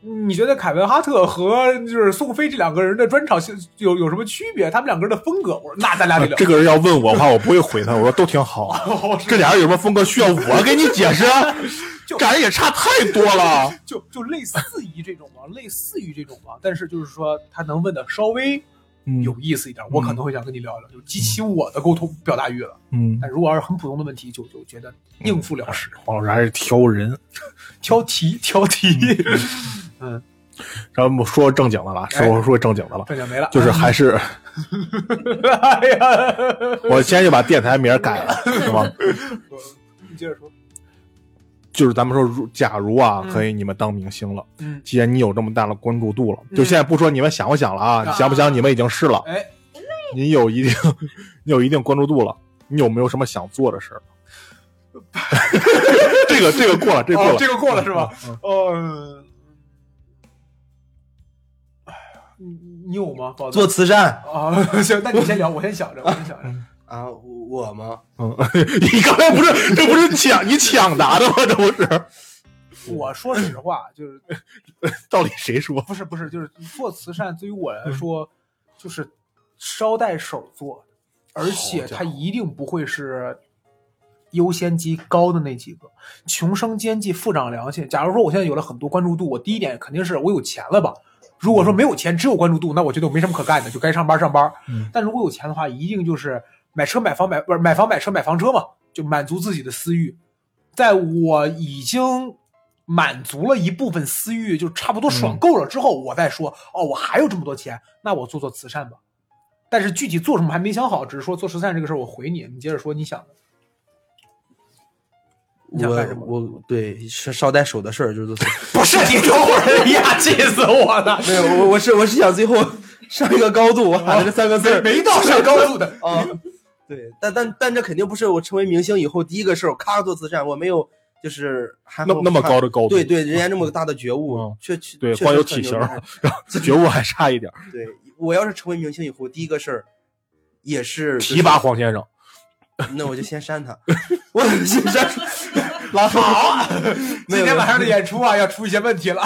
Speaker 2: 你觉得凯文哈特和就是宋飞这两个人的专场性有有什么区别？他们两个人的风格？我说，那咱俩得聊。
Speaker 1: 啊这个人要问我的话，我不会回他，我说都挺好。啊
Speaker 2: (laughs)
Speaker 1: 这俩人有什么风格需要我给你解释？ (laughs)
Speaker 2: 就
Speaker 1: 这俩人也差太多了。
Speaker 2: 就就类似于这种吧， (laughs) 类似于这种吧，但是就是说他能问的稍微
Speaker 1: 嗯
Speaker 2: 有意思一点，我可能会想跟你聊一聊，就激起我的沟通表达欲了。
Speaker 1: 嗯，
Speaker 2: 但如果要是很普通的问题，就就觉得应付了事，
Speaker 1: 黄哦老师还是挑人。
Speaker 2: 挑题挑题，
Speaker 1: 然后我们说正经的了，说说正经的了，
Speaker 2: 这就没 (laughs) 了。
Speaker 1: 嗯就是还是
Speaker 2: 哎呀，
Speaker 1: 我先就把电台名儿改了，是吗？
Speaker 2: 你接着说，
Speaker 1: (laughs) 就是咱们说，如假如啊，
Speaker 2: 嗯
Speaker 1: 可以你们当明星了，
Speaker 2: 嗯，
Speaker 1: 既然你有这么大的关注度了，
Speaker 2: 嗯
Speaker 1: 就现在不说你们想不想了啊，
Speaker 2: 啊
Speaker 1: 想不想你们已经是了，
Speaker 2: 哎，
Speaker 1: 你有一定，你有一定关注度了，你有没有什么想做的事儿？ (laughs) 这个这个过了，这个过
Speaker 2: 哦
Speaker 1: 了，，
Speaker 2: 这个过了是吧？
Speaker 1: 嗯？嗯
Speaker 2: 哦，嗯哎呀，你你有吗？宝子
Speaker 4: 做慈善
Speaker 2: 啊， (laughs) 行，那你先聊，我先想着，我先想着。
Speaker 4: 啊，我我吗？
Speaker 1: 嗯， (laughs) 你刚才不是这不是抢你抢答的吗？这不是？
Speaker 2: 我说实话，就是
Speaker 1: 到底谁说？ (laughs)
Speaker 2: 不是不是，就是做慈善对于我来说，就是捎带手做，而且它一定不会是优先级高的那几个，穷生奸计，富长良心。假如说我现在有了很多关注度，我第一点肯定是我有钱了吧。如果说没有钱，只有关注度，那我觉得我没什么可干的，就该上班上班。
Speaker 1: 嗯
Speaker 2: 但如果有钱的话，一定就是买车买房买不是买房买车买房车嘛，就满足自己的私欲。在我已经满足了一部分私欲，就差不多
Speaker 4: 嗯
Speaker 2: 爽够了之后，我再说哦，我还有这么多钱，那我做做慈善吧。但是具体做什么还没想好，只是说做慈善这个事儿，我回你，你接着说你想的。你
Speaker 4: 我
Speaker 2: 想干什么
Speaker 4: 我对是捎带手的事儿，就是
Speaker 2: (laughs)
Speaker 4: 做慈善。
Speaker 2: 不是你等会儿呀，气死我了！
Speaker 4: 没有，我我是我是想最后上一个高度，我喊了这三个字儿，
Speaker 2: 没到上高度的，
Speaker 4: 啊。
Speaker 1: 哦
Speaker 4: (laughs) 对，但但但这肯定不是我成为明星以后第一个事儿，我咔做慈善，我没有就是还
Speaker 1: 那那么高的高度
Speaker 4: 对对，人家那么大的觉悟
Speaker 1: 嗯，
Speaker 4: 确确
Speaker 1: 对，
Speaker 4: 确实
Speaker 1: 光有
Speaker 4: 很
Speaker 1: 体型
Speaker 4: 牛
Speaker 1: 儿，
Speaker 4: 逼
Speaker 1: 觉悟还差一点儿。
Speaker 4: 对，我要是成为明星以后第一个事儿。也是
Speaker 1: 提拔，黄先生，
Speaker 4: 就是那我就先删他， (laughs) 我先删。
Speaker 1: 拉 (laughs) 好。啊
Speaker 4: (laughs) 没
Speaker 2: 今
Speaker 4: 有嗯
Speaker 2: 天晚上的演出啊，要出一些问题了。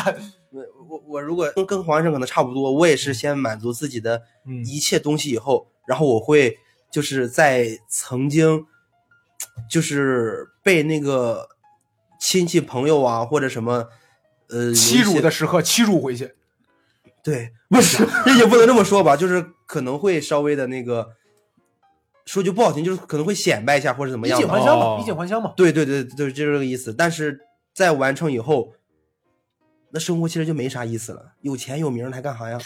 Speaker 4: 我我我如果跟跟黄医生可能差不多，我也是先满足自己的
Speaker 1: 嗯
Speaker 4: 一切东西以后，然后我会就是在曾经就是被那个亲戚朋友啊或者什么呃
Speaker 2: 欺
Speaker 4: 有一
Speaker 2: 辱
Speaker 4: 些
Speaker 2: 的时刻，欺辱回去。
Speaker 4: 对，不是也不能这么说吧，就是可能会稍微的那个说句不好听，就是可能会显摆一下或者怎么
Speaker 2: 衣
Speaker 4: 样
Speaker 2: 锦
Speaker 4: 的
Speaker 2: 还乡
Speaker 1: 哦
Speaker 2: 嘛，衣锦还乡嘛。
Speaker 4: 对对对，就是就是这个意思。但是在完成以后，那生活其实就没啥意思了。有钱有名儿还干啥呀？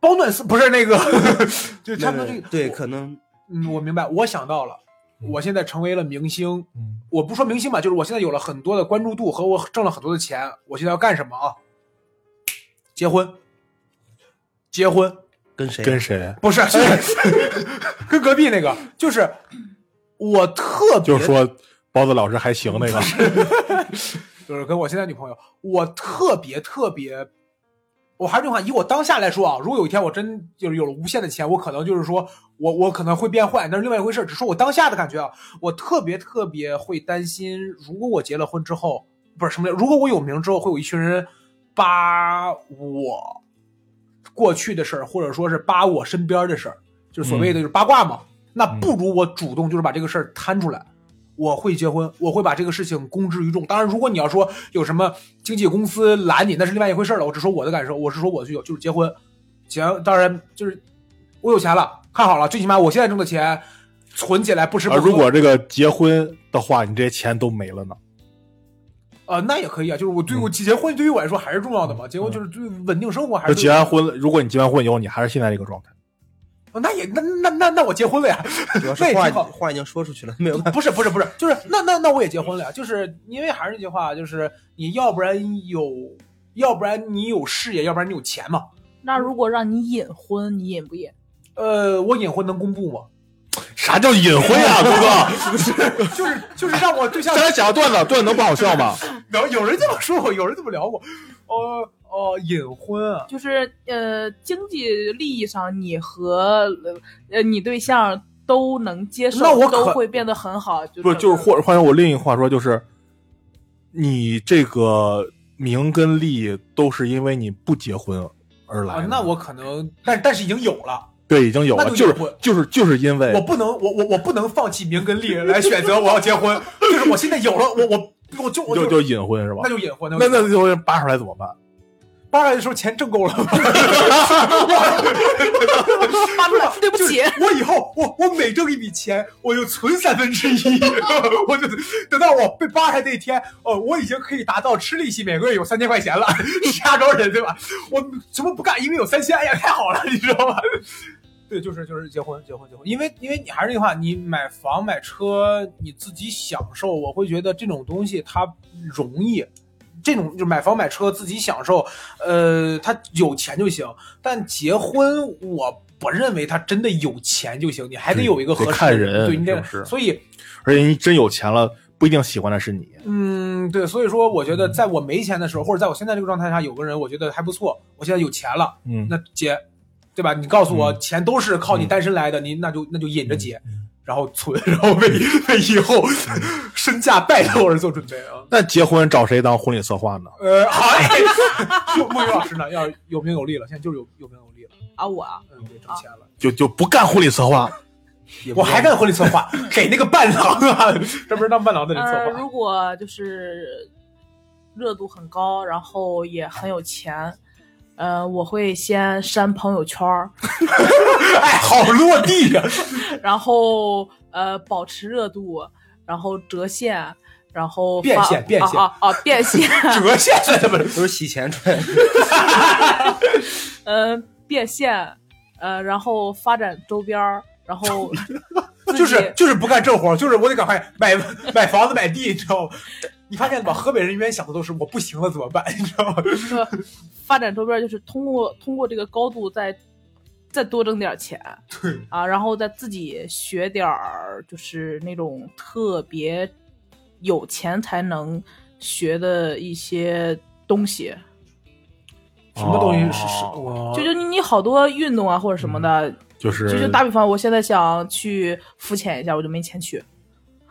Speaker 2: 保暖丝不是那个， (laughs) 就差不多
Speaker 4: 那
Speaker 2: 这
Speaker 4: 个
Speaker 2: 个。
Speaker 4: 对，
Speaker 2: 我
Speaker 4: 可嗯能
Speaker 2: 嗯，我明白，我想到了，我现在成为了明星，
Speaker 1: 嗯
Speaker 2: 我不说明星吧，就是我现在有了很多的关注度和我挣了很多的钱，我现在要干什么啊？结婚，结婚，
Speaker 4: 跟
Speaker 2: (laughs)
Speaker 4: 谁
Speaker 1: 跟谁？
Speaker 2: 不是，是跟隔壁那个，就是
Speaker 4: 我特别
Speaker 1: 就是说包子老师还行那个，
Speaker 2: 就是跟我现在女朋友，我特别特别，我还是那句话，以我当下来说啊，如果有一天我真就是有了无限的钱，我可能就是说我我可能会变坏，那是另外一回事儿。只说我当下的感觉啊，我特别特别会担心，如果我结了婚之后，不是什么叫，如果我有名之后，会有一群人扒我过去的事儿，或者说是扒我身边的事儿，就是所谓的就是八卦嘛。那不如我主动就是把这个事儿摊出来。我会结婚，我会把这个事情公之于众。当然，如果你要说有什么经纪公司拦你，那是另外一回事了。我只说我的感受，我是说我的需求，就是结婚。结当然就是我有钱了，看好了，最起码我现在挣的钱存起来不吃不
Speaker 1: 而
Speaker 2: 喝。
Speaker 1: 啊如果这个结婚的话，你这些钱都没了呢。
Speaker 2: 呃，那也可以啊，就是我
Speaker 1: 嗯
Speaker 2: 对我结婚对于我来说还是重要的嘛。结婚就是对稳定生活还
Speaker 1: 就是嗯结完婚了，如果你结完婚以后，你还是现在这个状态，
Speaker 2: 哦那也那那那那我结婚
Speaker 1: (laughs)
Speaker 2: 了呀，
Speaker 4: 啊主要是
Speaker 2: 那也
Speaker 4: 话已
Speaker 2: 挺好。
Speaker 4: 经话已经说出去了，没有办法。
Speaker 2: 不是不是不是，就是那那那我也结婚了呀，就是因为还是那句话，就是你要不然有，要不然你有事业，要不然你有钱嘛。
Speaker 3: 那如果让你隐婚，你隐不隐？
Speaker 2: 呃，我隐婚能公布吗？
Speaker 1: 啥叫 (laughs) 隐婚啊，哥哥？
Speaker 2: 就是就是让我对象
Speaker 1: 咱俩讲个段子，段子能不好笑吗？
Speaker 2: 聊，有人这么说过，有人这么聊过。哦哦，隐婚啊，
Speaker 3: 就是呃，经济利益上你和呃你对象都能接受，
Speaker 2: 那我
Speaker 3: 都
Speaker 2: 可
Speaker 3: 会变得很好。就是
Speaker 1: 不是，就是
Speaker 3: (laughs)
Speaker 1: 或者换成我另一话说，就是你这个名跟利都是因为你不结婚而来
Speaker 2: 啊
Speaker 1: 的、，
Speaker 2: 那我可能，但但是已经有了，
Speaker 1: 对已经有了，
Speaker 2: 那就
Speaker 1: 就是
Speaker 2: 有婚
Speaker 1: 就是就是因为
Speaker 2: 我不能，我我我不能放弃名跟利来选择我要
Speaker 1: (laughs)
Speaker 2: 结婚，就是我现在有了，我我我就我
Speaker 1: 就
Speaker 2: 就
Speaker 1: 就隐婚是吧
Speaker 2: 那？就隐婚，
Speaker 1: 那那就扒出来怎么办？
Speaker 2: 扒出来的时候钱挣
Speaker 1: (laughs)
Speaker 2: 够了吗？ (laughs) 扒出来，
Speaker 3: 对不起，
Speaker 2: 我以后我我每挣一笔钱，我就存三分之一， (laughs) 我就等到我被扒开那天，哦，我已经可以达到吃利息每个月有三千块钱了， (laughs) 石家庄人对吧？我什么不干，因为有三千，哎呀，太好了，你知道吗？对，就是就是结婚结婚结婚，因为因为你还是那句话，你买房买车你自己享受，我会觉得这种东西它容易，这种就买房买车自己享受，呃，他有钱就行。但结婚，我不认为他真的有钱就行，你还得
Speaker 1: 对
Speaker 2: 有一个
Speaker 1: 得
Speaker 2: 合适的
Speaker 1: 看人
Speaker 2: 对，你得
Speaker 1: 是不是
Speaker 2: 所以
Speaker 1: 而且你真有钱了，不一定喜欢的是你。
Speaker 2: 嗯，对，所以说我觉得在我没钱的时候，或者在我现在这个状态下，有个人我觉得还不错，我现在有钱了，
Speaker 1: 嗯，
Speaker 2: 那结，对吧？你告诉我，
Speaker 1: 嗯
Speaker 2: 钱都是靠你单身来的，你那就那就引着结。然后存， (laughs) 然后为为以后身价败露而做准备啊！
Speaker 1: 那结婚找谁当婚礼策划呢？
Speaker 2: 呃，好嘞，就木鱼老师呢，要有名有利了，现在就是有有名有利了，
Speaker 3: 啊，我啊
Speaker 2: 嗯，对，挣钱了。
Speaker 1: 就就不干婚礼策划，
Speaker 4: 也不
Speaker 2: 我
Speaker 4: 知道
Speaker 2: 还干婚礼策划，给那个伴郎啊，专门当伴郎的人
Speaker 3: 呃，
Speaker 2: 策划。
Speaker 3: 如果就是热度很高，然后也很有钱，呃，我会先删朋友圈儿，
Speaker 2: 哎，好落地
Speaker 1: (laughs)
Speaker 2: 呀、
Speaker 3: 然后呃保持热度，然后折现，然后
Speaker 2: 变
Speaker 3: 发
Speaker 2: 现变现
Speaker 3: 啊啊啊变
Speaker 1: (laughs)
Speaker 3: 现，
Speaker 2: 折现在这么着
Speaker 4: 都是洗钱出来的。
Speaker 3: 嗯、变现，呃，然后发展周边儿，然
Speaker 2: (laughs)
Speaker 3: 后自己
Speaker 2: 就是就是不干正活，就是我得赶快买买房子买地，你知道吗？你发现吧，河北人永远想的都是我不行了怎么办，你知道吗？
Speaker 3: 呃发展周边儿，就是通过通过这个高度再再多挣点儿钱，
Speaker 2: 对
Speaker 3: 啊，然后再自己学点儿，就是那种特别有钱才能学的一些东西，
Speaker 2: 什么东西是是
Speaker 1: 哦
Speaker 2: 我
Speaker 3: 就就你你好多运动啊或者什么
Speaker 2: 嗯
Speaker 3: 的，
Speaker 1: 就是
Speaker 3: 就就打比方，我现在想去浮潜一下，我就没钱去。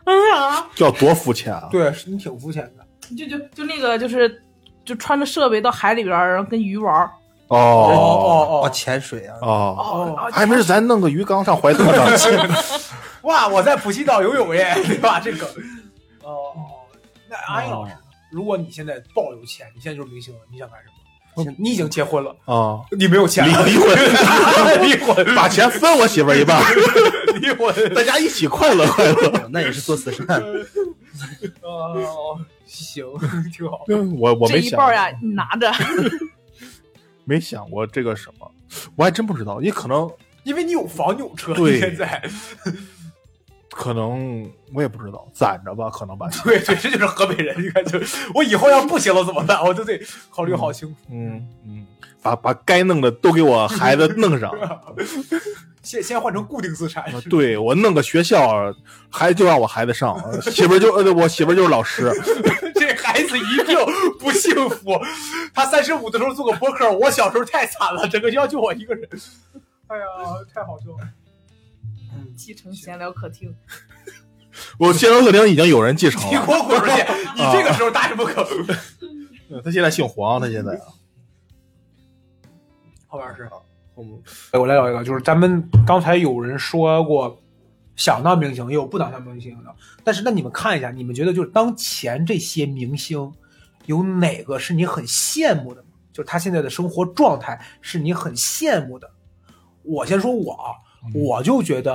Speaker 3: (laughs) 哎呀，
Speaker 1: 要多肤浅啊！
Speaker 2: 对是你挺肤浅的，
Speaker 3: 就就就那个就是就穿着设备到海里边儿，然后跟鱼玩儿。
Speaker 1: 哦
Speaker 4: 哦，
Speaker 2: 哦
Speaker 4: 潜水啊，
Speaker 1: 哦，
Speaker 2: 哦
Speaker 3: 啊
Speaker 1: 还没事，咱弄个鱼缸上怀特呢。
Speaker 2: 哇，我在普吉岛游泳耶， (laughs) 对吧？这个哦哦，那阿英老师呢，如果你现在爆有钱，你现在就是明星了，你想干什么
Speaker 4: 现？
Speaker 2: 你已经结婚了，
Speaker 1: 啊，
Speaker 2: 你没有 (laughs) 钱
Speaker 1: 离
Speaker 2: 了，
Speaker 1: 离婚，
Speaker 2: 离婚，
Speaker 1: 把钱分我媳妇儿一半，
Speaker 2: 离婚。 (laughs)
Speaker 1: 大家一起快乐快乐。
Speaker 4: 那也是做慈善。
Speaker 2: 哦，行， (laughs) 挺好。
Speaker 1: 我我
Speaker 3: 这
Speaker 1: 没
Speaker 3: 一
Speaker 1: 想
Speaker 3: 半儿呀，
Speaker 4: 嗯
Speaker 3: 你拿
Speaker 4: (laughs)
Speaker 3: 着。
Speaker 1: 没想过这个什么，我还真不知道，也可能
Speaker 2: 因为你有房有车，
Speaker 1: 对
Speaker 2: 你现在，
Speaker 1: 可能我也不知道，攒着吧，可能吧。
Speaker 2: 对对，这就是河北人。你看，就我以后要不行了怎么办？我就得考虑好清楚。
Speaker 1: 嗯 (laughs) 嗯嗯，把把该弄的都给我孩子弄上。
Speaker 2: 现现在换成固定资产， (laughs)
Speaker 1: 啊对我弄个学校，孩子就让我孩子上，媳妇儿就呃，我媳妇儿就是老师，
Speaker 2: 这孩子一定不幸福。他三十五的时候做个播客，我小时候太惨了，整个学校就我一个人。哎呀，太好笑了。嗯，
Speaker 3: 继承闲聊客厅，
Speaker 1: 我健身客厅已经有人继承
Speaker 2: (laughs) 你
Speaker 1: 了 (laughs)
Speaker 2: 给，我滚出去！你这个时候打什么梗？
Speaker 1: 嗯他现在姓黄，他现在啊
Speaker 2: 好玩是。
Speaker 4: 后面
Speaker 2: 啊哎，我来聊一个，就是咱们刚才有人说过，想当明星，也有不想当明星的。但是，那你们看一下，你们觉得就是当前这些明星，有哪个是你很羡慕的吗？就是他现在的生活状态是你很羡慕的。我先说我啊，我就觉得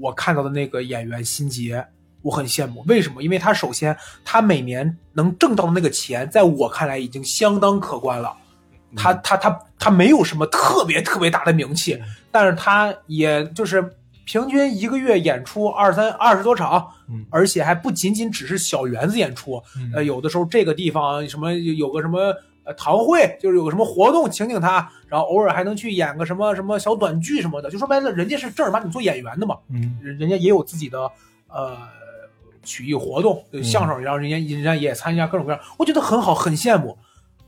Speaker 2: 我看到的那个演员辛杰，我很羡慕。为什么？因为他首先他每年能挣到的那个钱，在我看来已经相当可观了。
Speaker 1: 嗯
Speaker 2: 他他他他没有什么特别特别大的名气，但是他也就是平均一个月演出二三二十多场，
Speaker 1: 嗯
Speaker 2: 而且还不仅仅只是小园子演出，
Speaker 1: 嗯
Speaker 2: 呃，有的时候这个地方什么有个什么呃堂会，就是有个什么活动请请他，然后偶尔还能去演个什么什么小短剧什么的，就说白了，人家是正儿八经做演员的嘛，
Speaker 1: 嗯
Speaker 2: 人人家也有自己的呃曲艺活动，就相声，然后人家人家也参加各种各样，我觉得很好，很羡慕。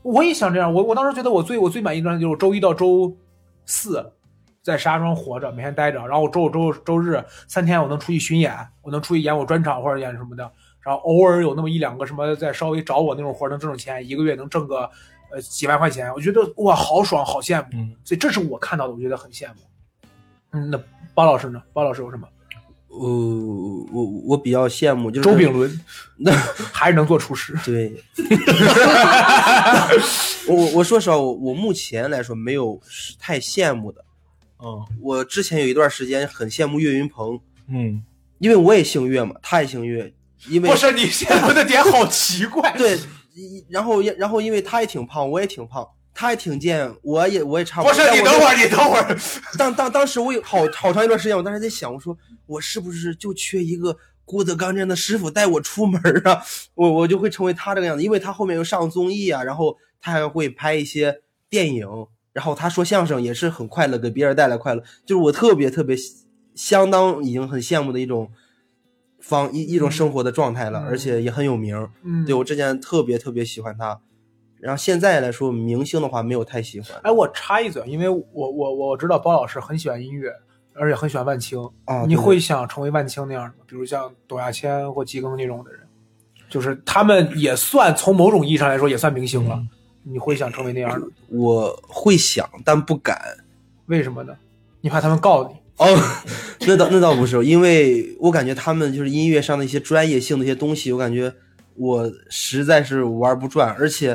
Speaker 2: 我也想这样，我我当时觉得我最我最满意的状态就是我周一到周四在石家庄活着，每天待着，然后我周五周周日三天我能出去巡演，我能出去演我专场或者演什么的，然后偶尔有那么一两个什么再稍微找我那种活儿能挣挣钱，一个月能挣个呃几万块钱，我觉得哇好爽，好羡慕，
Speaker 1: 嗯，
Speaker 2: 所以这是我看到的，我觉得很羡慕。嗯，那包老师呢？包老师有什么？
Speaker 4: 呃，我我比较羡慕，就是
Speaker 2: 周炳伦
Speaker 4: 那
Speaker 2: 还是能做厨师。
Speaker 4: 对， (laughs) 我我说实话，我我目前来说没有太羡慕的。
Speaker 1: 嗯
Speaker 4: 我之前有一段时间很羡慕岳云鹏，
Speaker 1: 嗯，
Speaker 4: 因为我也姓岳嘛，他也姓岳，因为
Speaker 2: 不是你羡慕的点好奇怪。
Speaker 4: (laughs) 对，一然后然后因为他也挺胖，我也挺胖，他也挺贱，我也我也差
Speaker 2: 不
Speaker 4: 不多。
Speaker 2: 是
Speaker 4: 但
Speaker 2: 你
Speaker 4: 我
Speaker 2: 等
Speaker 4: 就
Speaker 2: 会儿，你等会儿，
Speaker 4: 当当当时我有好好长一段时间，我当时在想，我说我是不是就缺一个郭德纲这样的师傅带我出门儿啊？我我就会成为他这个样子，因为他后面又上综艺啊，然后他还会拍一些电影，然后他说相声也是很快乐，给别人带来快乐，就是我特别特别相当已经很羡慕的一种方一一种生活的状态了，
Speaker 2: 嗯
Speaker 4: 而且也很有名儿。
Speaker 2: 嗯
Speaker 4: 对我之前特别特别喜欢他，然后现在来说明星的话没有太喜欢。
Speaker 2: 哎，我插一嘴，因为我我我知道包老师很喜欢音乐，而且很喜欢万青。
Speaker 4: 啊，
Speaker 2: 你
Speaker 4: 对
Speaker 2: 会想成为万青那样的吗？比如像董亚千或季庚那种的人，就是他们也算从某种意义上来说也算明星了。你会想成为那样的？
Speaker 4: 我会想，但不敢。
Speaker 2: 为什么呢？你怕他们告你？
Speaker 4: 哦， (laughs) 那倒那倒不是，因为我感觉他们就是音乐上的一些专业性的一些东西，我感觉我实在是玩不转，而且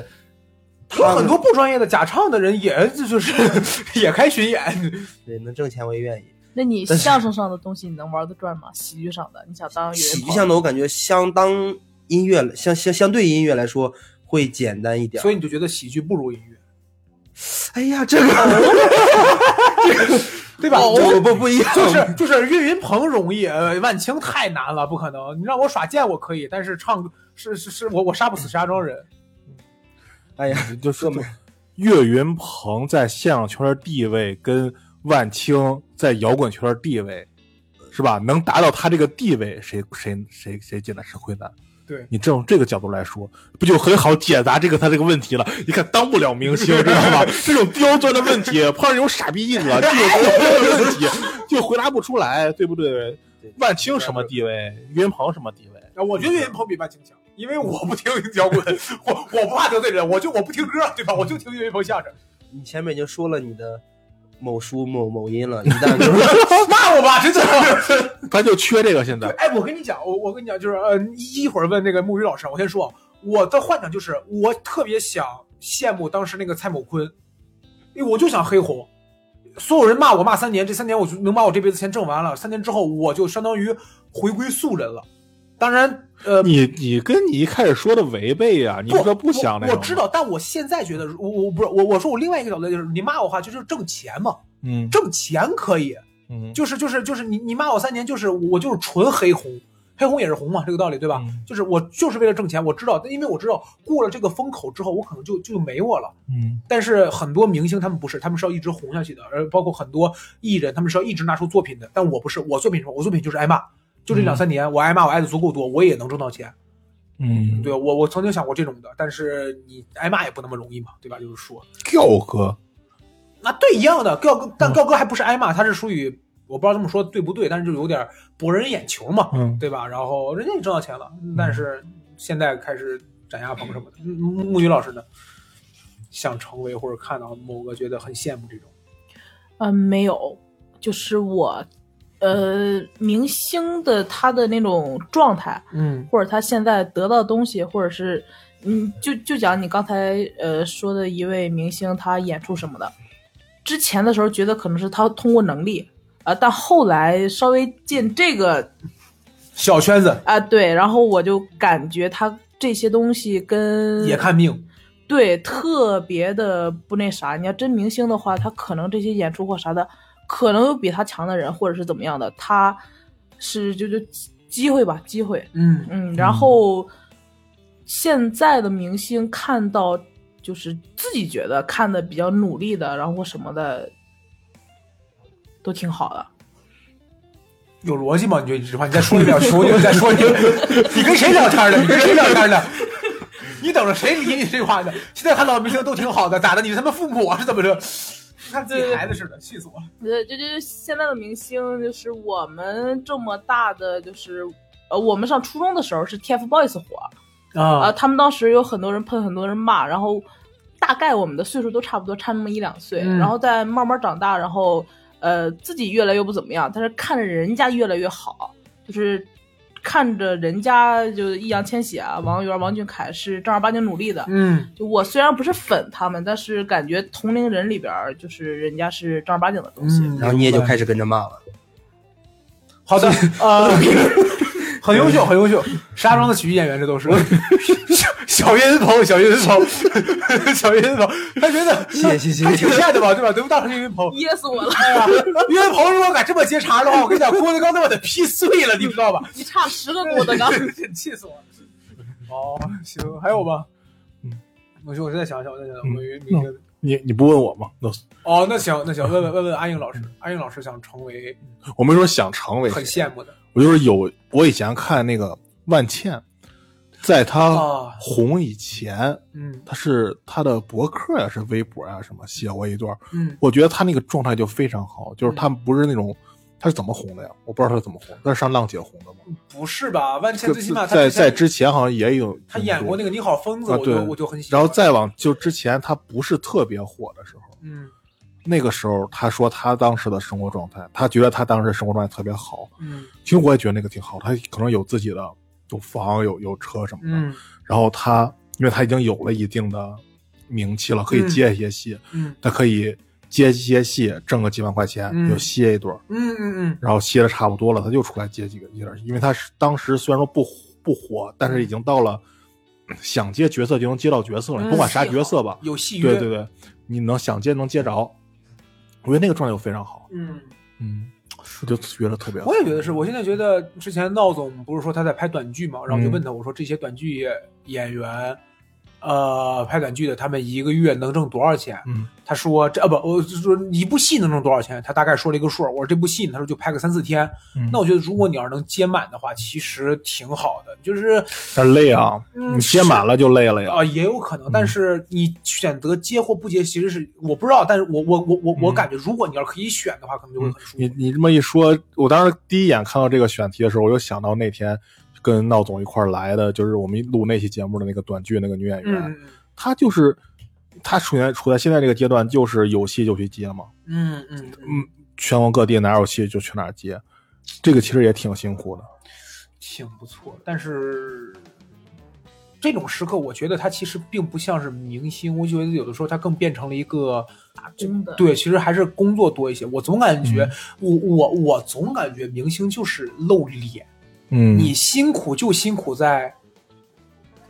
Speaker 2: 有
Speaker 4: 他们
Speaker 2: 很多不专业的假唱的人也就是 (laughs) 也开巡演。
Speaker 4: 对能挣钱我也愿意。
Speaker 3: 那你
Speaker 4: 但是
Speaker 3: 相声上的东西你能玩得转吗？喜剧上的，你想当岳
Speaker 4: 喜
Speaker 3: 云
Speaker 4: 剧
Speaker 3: 鹏
Speaker 4: 上的我感觉相当音乐相相相对音乐来说会简单一点。
Speaker 2: 所以你就觉得喜剧不如音乐，
Speaker 4: 哎呀，
Speaker 2: (laughs)
Speaker 4: 这个
Speaker 2: 对吧？
Speaker 4: 这个不不一样，
Speaker 2: 哦 (laughs) 就是就是岳云鹏容易，呃，万青太难了，不可能。你让我耍剑我可以，但是唱是是是我我杀不死石家庄人。
Speaker 4: 哎呀，
Speaker 1: 嗯就
Speaker 4: 哥
Speaker 1: 是
Speaker 4: 们儿
Speaker 1: 岳云鹏在相声圈的地位跟万青在摇滚圈的地位，是吧？能达到他这个地位，谁谁谁谁进来吃亏难？
Speaker 2: 对，
Speaker 1: 你这种这个角度来说，不就很好解答这个他这个问题了？你看，当不了明星，知道
Speaker 4: (laughs)
Speaker 1: 吧？这种刁钻的问题，碰上这种傻逼记者，这种刁钻的
Speaker 4: (laughs)
Speaker 1: 问题就回答不出来，对不对
Speaker 4: 对？
Speaker 1: 万青什么地位？岳云鹏什么地位？
Speaker 2: 啊我觉得岳云鹏比万青强，因为我不听摇滚，我我不怕得罪人，我就我不听歌，对吧？我就听岳云鹏相声， (laughs)
Speaker 4: 你前面已经说了你的某书某某音了，一旦就是
Speaker 2: (laughs) 骂我吧，真的。
Speaker 1: 他就缺这个现在。
Speaker 2: 哎，我跟你讲，我我跟你讲，就是呃，一一会儿问那个木鱼老师，我先说，我的幻想就是我特别想羡慕当时那个蔡某坤，因为我就想黑红，所有人骂我骂三年，这三年我就能把我这辈子钱挣完了，三年之后我就相当于回归素人了。当然，呃，
Speaker 1: 你你跟你一开始说的违背呀、你
Speaker 2: 不
Speaker 1: 说不想那
Speaker 2: 我，
Speaker 1: 种
Speaker 2: 我知，道，但我现在觉得，我我不是我，我说我另外一个角度就是，你骂我的话就是挣钱嘛，
Speaker 1: 嗯
Speaker 2: 挣钱可以，
Speaker 1: 嗯，
Speaker 2: 就是就是就是你你骂我三年，就是我就是纯黑红，黑红也是红嘛，这个道理对吧？
Speaker 1: 嗯
Speaker 2: 就是我就是为了挣钱，我知道，因为我知道过了这个风口之后，我可能就就没我了。
Speaker 1: 嗯
Speaker 2: 但是很多明星他们不是，他们是要一直红下去的，而包括很多艺人，他们是要一直拿出作品的。但我不是，我作品是什么？我作品就是挨骂，就这两三年，我挨骂我挨的足够多，我也能挣到钱。
Speaker 1: 嗯，
Speaker 2: 对啊我，我曾经想过这种的，但是你挨骂也不那么容易嘛，对吧？就是说，
Speaker 1: 吊哥，
Speaker 2: 那对一样的，高哥，
Speaker 1: 嗯
Speaker 2: 但高哥还不是挨骂，他是属于我不知道这么说对不对，但是就有点博人眼球嘛，
Speaker 1: 嗯
Speaker 2: 对吧？然后人家也挣到钱了，但是现在开始斩亚鹏什么的。嗯木木鱼老师呢，想成为或者看到某个觉得很羡慕这种。
Speaker 3: 嗯，没有，就是我，呃，明星的他的那种状态，
Speaker 2: 嗯
Speaker 3: 或者他现在得到的东西，或者是，嗯，就就讲你刚才呃说的一位明星他演出什么的，之前的时候觉得可能是他通过能力啊、但后来稍微进这个
Speaker 2: 小圈子
Speaker 3: 啊、对，然后我就感觉他这些东西跟
Speaker 2: 也看命，
Speaker 3: 对，特别的不那啥。你要真明星的话，他可能这些演出或啥的，可能有比他强的人，或者是怎么样的，他是就就机会吧，机会。
Speaker 2: 嗯
Speaker 3: 嗯，然后现在的明星看到就是自己觉得看的比较努力的，然后什么的，都挺好的。
Speaker 2: 有逻辑吗？你就一句话，你再说一遍，我求你，你再说一遍，你跟谁聊天呢？你跟谁聊天呢？你等着谁理你这话呢？现在看老明星都挺好的，咋的？你是他们父母啊？是怎么着？看自己孩子似的，气死我了。
Speaker 3: 呃，就就是现在的明星，就是我们这么大的，就是呃，我们上初中的时候是 TFBOYS 火，啊、
Speaker 2: 啊，
Speaker 3: 他们当时有很多人喷，很多人骂，然后大概我们的岁数都差不多，差那么一两岁，
Speaker 2: 嗯
Speaker 3: 然后再慢慢长大，然后呃自己越来越不怎么样，但是看着人家越来越好，就是看着人家就是易烊千玺啊、王源、王俊凯是正儿八经努力的，
Speaker 2: 嗯，
Speaker 3: 就我虽然不是粉他们，但是感觉同龄人里边儿就是人家是正儿八经的东西。
Speaker 2: 嗯
Speaker 4: 然后你也就开始跟着骂了。
Speaker 2: 好的， (laughs) 呃，很优秀，很优秀，石家庄的喜剧演员，这都是 (laughs) 小岳云鹏， (laughs) 小岳云鹏，小岳云鹏，他觉得
Speaker 4: 谢谢谢
Speaker 2: 还
Speaker 4: 谢
Speaker 2: 挺，帅的吧，对吧？对不？当时岳云鹏，
Speaker 3: (laughs) 噎死我了！
Speaker 2: 哎 (laughs) 呀，岳云鹏如果敢这么接茬的话，我跟你讲，郭德纲都把他劈碎了，你知道吧？
Speaker 3: 你差十个郭德纲。
Speaker 2: (laughs) 气死我了。哦，行，还有吗？
Speaker 1: 嗯，
Speaker 2: 我说我再想想，我再想想，
Speaker 1: 嗯
Speaker 2: 我明明天。
Speaker 1: 你你不问我吗？那
Speaker 2: 哦，那行，那行，问问问问阿英老师，阿英老师想成为
Speaker 1: 我没说想成为谁，
Speaker 2: 很羡慕的
Speaker 1: 我就是有我以前看那个万茜，在她
Speaker 2: 啊，
Speaker 1: 红以前，
Speaker 2: 嗯
Speaker 1: 她是她的博客呀、是微博呀、什么写过一段，
Speaker 2: 嗯
Speaker 1: 我觉得她那个状态就非常好，就是她不是那种。她是怎么红的呀？我不知道她是怎么红，她是上浪姐红的吗？
Speaker 2: 不是吧？万千最起码他
Speaker 1: 在
Speaker 2: 之前
Speaker 1: 在之前好像也有
Speaker 2: 他演过那
Speaker 1: 个，
Speaker 2: 个《你好，疯子》，
Speaker 1: 啊
Speaker 2: 我就
Speaker 1: 对
Speaker 2: 我就很喜欢。
Speaker 1: 然后再往就之前她不是特别火的时候，
Speaker 2: 嗯
Speaker 1: 那个时候她说她当时的生活状态，她觉得她当时的生活状态特别好，
Speaker 2: 嗯
Speaker 1: 其实我也觉得那个挺好，他可能有自己的有房有有车什么的，
Speaker 2: 嗯
Speaker 1: 然后他因为他已经有了一定的名气了，可以接一些戏，
Speaker 2: 嗯
Speaker 1: 他可以接一些戏挣个几万块钱，
Speaker 2: 嗯
Speaker 1: 就歇一段儿，
Speaker 2: 嗯嗯
Speaker 1: 然后歇的差不多了，他又出来接几个一点儿戏，因为他是当时虽然说不火不火，但是已经到了想接角色就能接到角色了，
Speaker 2: 嗯
Speaker 1: 你不管啥角色吧
Speaker 2: 嗯，，有戏约。
Speaker 1: 对对对，你能想接能接着，我觉得那个状态就非常好，
Speaker 2: 嗯，
Speaker 1: 嗯，我就觉得特别好，
Speaker 2: 我也觉得是。我现在觉得之前闹总不是说他在拍短剧嘛，然后我就
Speaker 1: 嗯
Speaker 2: 问他，我说这些短剧演员，呃，拍短剧的他们一个月能挣多少钱？
Speaker 1: 嗯
Speaker 2: 他说这啊不，我就说一部戏能挣多少钱？他大概说了一个数儿。我说这部戏呢，他说就拍个三四天。
Speaker 1: 嗯
Speaker 2: 那我觉得如果你要是能接满的话，其实挺好的，就是。
Speaker 1: 但累啊，
Speaker 2: 嗯
Speaker 1: 你接满了就累了呀。
Speaker 2: 啊、也有可
Speaker 1: 嗯
Speaker 2: 能，但是你选择接或不接，其实是我不知道，但是我我我我我
Speaker 1: 嗯
Speaker 2: 感觉，如果你要是可以选的话，可能就会
Speaker 1: 嗯
Speaker 2: 很舒服。
Speaker 1: 你你这么一说，我当时第一眼看到这个选题的时候，我就想到那天跟闹总一块儿来的，就是我们录那期节目的那个短剧那个女演员，
Speaker 2: 嗯
Speaker 1: 她就是她处在处在现在这个阶段，就是有戏就去接嘛，
Speaker 2: 嗯嗯嗯，
Speaker 1: 嗯，全国各地哪有戏就去哪儿接，这个其实也挺辛苦的，
Speaker 2: 挺不错。但是这种时刻，我觉得他其实并不像是明星，我觉得有的时候他更变成了一个
Speaker 3: 打工的，
Speaker 2: 对，其实还是工作多一些。我总感觉，
Speaker 1: 嗯
Speaker 2: 我我我总感觉明星就是露脸，
Speaker 1: 嗯，
Speaker 2: 你辛苦就辛苦在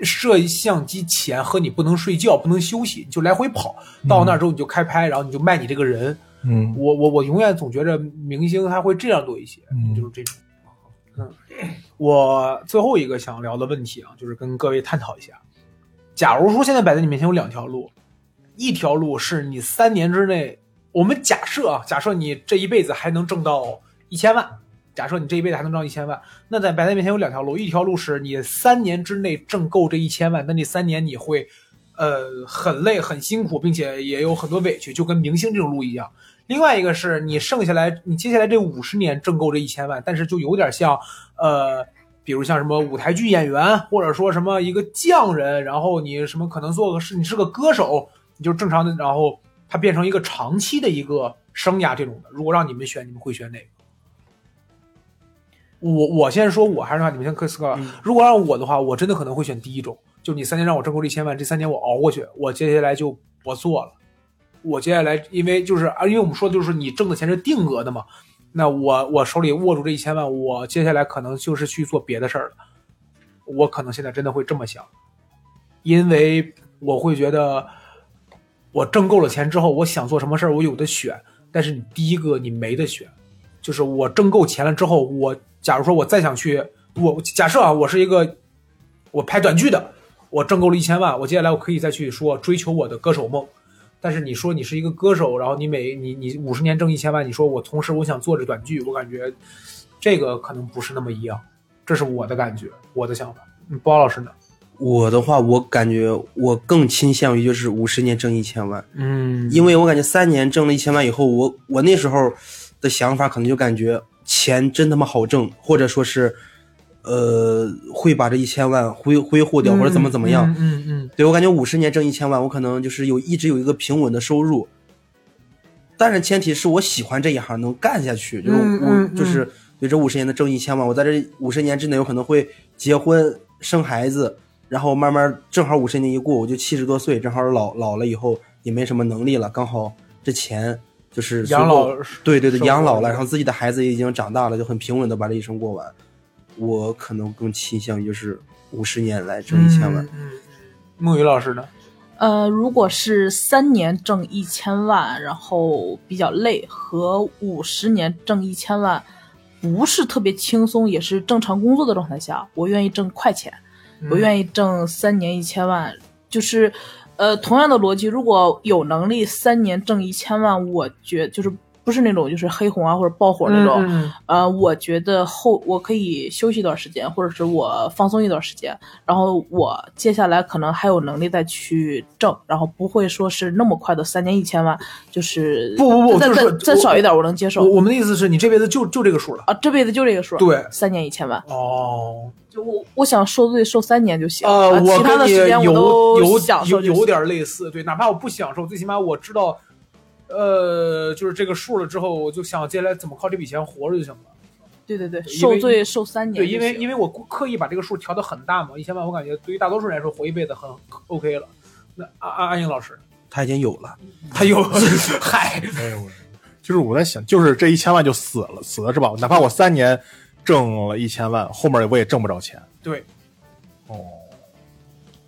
Speaker 2: 摄像机前和你不能睡觉、不能休息，你就来回跑。到那儿之后你就开拍，然后你就卖你这个人。
Speaker 1: 嗯
Speaker 2: 我我我永远总觉着明星他会这样做一些，
Speaker 1: 嗯
Speaker 2: 就是这种。我最后一个想聊的问题啊，就是跟各位探讨一下。假如说现在摆在你面前有两条路，一条路是你三年之内，我们假设啊，假设你这一辈子还能挣到一千万，假设你这一辈子还能挣到一千万，那在摆在面前有两条路，一条路是你三年之内挣够这一千万，那这三年你会，呃，很累很辛苦，并且也有很多委屈，就跟明星这种路一样。另外一个是你剩下来，你接下来这五十年挣够这一千万，但是就有点像，呃，比如像什么舞台剧演员，或者说什么一个匠人，然后你什么可能做个是你是个歌手，你就正常的，然后他变成一个长期的一个生涯这种的。如果让你们选，你们会选哪个？我我先说我还是让你们先克斯克。如果让我的话，我真的可能会选第一种，就你三年让我挣够这一千万，这三年我熬过去，我接下来就不做了。我接下来因为就是啊，因为我们说的就是你挣的钱是定额的嘛，那我我手里握住这一千万，我接下来可能就是去做别的事儿了。我可能现在真的会这么想，因为我会觉得我挣够了钱之后，我想做什么事儿我有的选。但是你第一个你没得选，就是我挣够钱了之后，我假如说我再想去，我假设啊，我是一个我拍短剧的，我挣够了一千万，我接下来我可以再去说追求我的歌手梦。但是你说你是一个歌手，然后你每你你五十年挣一千万，你说我同时我想做这短剧，我感觉这个可能不是那么一样，这是我的感觉，我的想法。嗯，包老师呢？
Speaker 4: 我的话，我感觉我更倾向于就是五十年挣一千万，
Speaker 2: 嗯
Speaker 4: 因为我感觉三年挣了一千万以后，我我那时候的想法可能就感觉钱真他妈好挣，或者说是，呃，会把这一千万挥挥霍掉，或者怎么怎么样。
Speaker 2: 嗯嗯
Speaker 4: 对我感觉五十年挣一千万，我可能就是有一直有一个平稳的收入，但是前提是我喜欢这一行能干下去，就是我、
Speaker 2: 嗯嗯
Speaker 4: 我就是对这五十年的挣一千万，我在这五十年之内有可能会结婚生孩子，然后慢慢正好五十年一过，我就七十多岁，正好老老了以后也没什么能力了，刚好这钱就是
Speaker 2: 嗯，
Speaker 4: 随
Speaker 2: 养
Speaker 4: 后
Speaker 2: 老
Speaker 4: 对对对，
Speaker 2: 生活
Speaker 4: 养老
Speaker 2: 了
Speaker 4: 了，然后自己的孩子也已经长大了，就很平稳的把这一生过完。我可能更倾向于就是五十年来挣一千万。。
Speaker 2: 嗯，嗯木鱼老师呢？
Speaker 3: 呃，如果是三年挣一千万，然后比较累，和五十年挣一千万，不是特别轻松，也是正常工作的状态下，我愿意挣快钱，我
Speaker 2: 意。
Speaker 3: 愿意挣三年一千万，就是，呃，同样的逻辑，如果有能力三年挣一千万，我觉就是不是那种就是黑红啊或者爆火那种，
Speaker 2: 嗯嗯
Speaker 3: 呃，我觉得后我可以休息一段时间，或者是我放松一段时间，然后我接下来可能还有能力再去挣，然后不会说是那么快的三年一千万，就是
Speaker 2: 不不不
Speaker 3: 再
Speaker 2: 就是
Speaker 3: 再
Speaker 2: 说
Speaker 3: 再少一点我能接
Speaker 2: 我
Speaker 3: 受
Speaker 2: 我们的意思是你这辈子就就这个数了。
Speaker 3: 啊，这辈子就这个数，
Speaker 2: 对
Speaker 3: 三年一千万，
Speaker 2: 哦，
Speaker 3: 就我我想受罪受三年就行，
Speaker 2: 呃，
Speaker 3: 啊
Speaker 2: 我
Speaker 3: 其他
Speaker 2: 跟
Speaker 3: 的
Speaker 2: 你
Speaker 3: 时间
Speaker 2: 有
Speaker 3: 都
Speaker 2: 有
Speaker 3: 享受
Speaker 2: 有
Speaker 3: 就
Speaker 2: 有
Speaker 3: 行。
Speaker 2: 点类似，对，哪怕我不享受，最起码我知道，呃，就是这个数了之后，我就想接下来怎么靠这笔钱活着就行了。
Speaker 3: 对对对，
Speaker 2: 因为
Speaker 3: 受罪受三年
Speaker 2: 对，
Speaker 3: 就行，
Speaker 2: 因为因为我故刻意把这个数调的很大嘛，一千万，我感觉对于大多数人来说，活一辈子很 OK 了。那安安安英老师，
Speaker 4: 他已经有了，
Speaker 2: 他有嗨，
Speaker 1: 哎呦，就是我在想，就是这一千万就死了，死了是吧？哪怕我三年挣了一千万，后面我也挣不着钱。
Speaker 2: 对，
Speaker 1: 哦，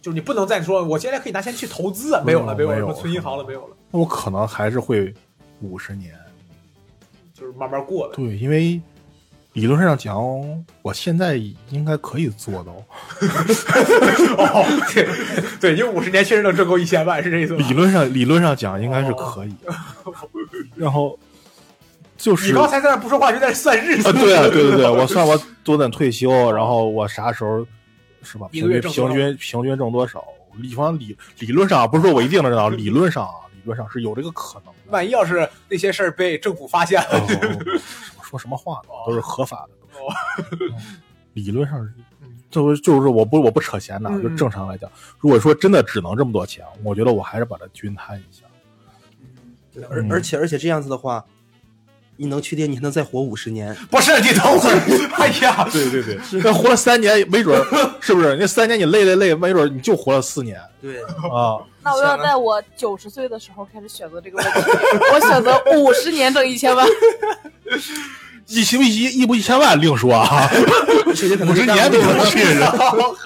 Speaker 2: 就是你不能再说我接下来可以拿钱去投资，啊，没有了，
Speaker 1: 嗯
Speaker 2: 没有了，
Speaker 1: 没有
Speaker 2: 什么存银行了，没有了，
Speaker 1: 那我可能还是会五十年。
Speaker 2: 就是慢慢过呗。
Speaker 1: 对，因为理论上讲，我现在应该可以做到。
Speaker 2: 哦，对对，因为五十年确实能挣够一千万，是这意思吗
Speaker 1: 理？论上，理论上讲应该是可以。然后就是
Speaker 2: 哦你刚才在那不说话，就在那算日
Speaker 1: (laughs)
Speaker 2: 子。
Speaker 1: 啊，对啊，对对对，我算我多点退休，
Speaker 2: (laughs)
Speaker 1: 然后我啥时候是吧？
Speaker 2: 一
Speaker 1: 平
Speaker 2: 个月
Speaker 1: 均
Speaker 2: 挣
Speaker 1: 平均平均挣多少？理方理理论上啊，不是说我一定能挣到，理论上啊，理论上是有这个可能的。
Speaker 2: 万一要是那些事儿被政府发现了，
Speaker 1: 哦什么说什么话呢？都是合法的。
Speaker 2: 哦
Speaker 1: 理论上是
Speaker 2: 嗯，
Speaker 1: 就是就是我不我不扯闲的啊，
Speaker 2: 嗯
Speaker 1: 就正常来讲，如果说真的只能这么多钱，我觉得我还是把它均摊一下。
Speaker 4: 而、
Speaker 1: 嗯
Speaker 4: 而且而且这样子的话，你能确定你还能再活五十年？
Speaker 2: 不是你等
Speaker 1: (laughs)
Speaker 2: 会儿，哎呀，
Speaker 1: 对对对，那活了三年，没准儿是不是？那三年你累累累，没准儿你就活了四
Speaker 2: (laughs)
Speaker 1: 年
Speaker 4: 对，
Speaker 1: 啊。
Speaker 3: 那我要在我九十岁的时候开始选择这个 (laughs) 问题，我选择五十年挣一千万。
Speaker 1: 一千一一不一千万另说啊， (laughs)
Speaker 4: 这些可
Speaker 1: 五
Speaker 4: 能
Speaker 1: 十
Speaker 4: 是干
Speaker 1: 年
Speaker 4: 不
Speaker 1: 都
Speaker 4: 了
Speaker 1: 能骗人。
Speaker 2: 好好，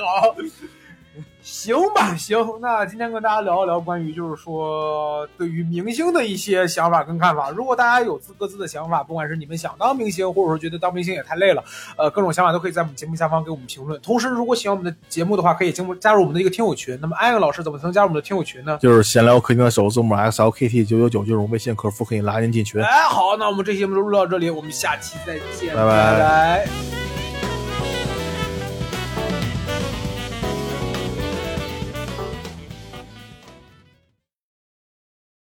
Speaker 2: 行吧，行，那今天跟大家聊一聊关于就是说对于明星的一些想法跟看法。如果大家有自各自的想法，不管是你们想当明星，或者说觉得当明星也太累了，呃，各种想法都可以在我们节目下方给我们评论。同时，如果喜欢我们的节目的话，可以进入加入我们的一个听友群。那么，安阳老师怎么才能加入我们的听友群呢？
Speaker 1: (laughs) 就是闲聊客厅的首字母 X L K T 九九九，就是我们微信客服可以拉您进群。
Speaker 2: 哎，好，那我们这期节目就录到这里，我们下期再见，
Speaker 1: 拜拜
Speaker 2: 拜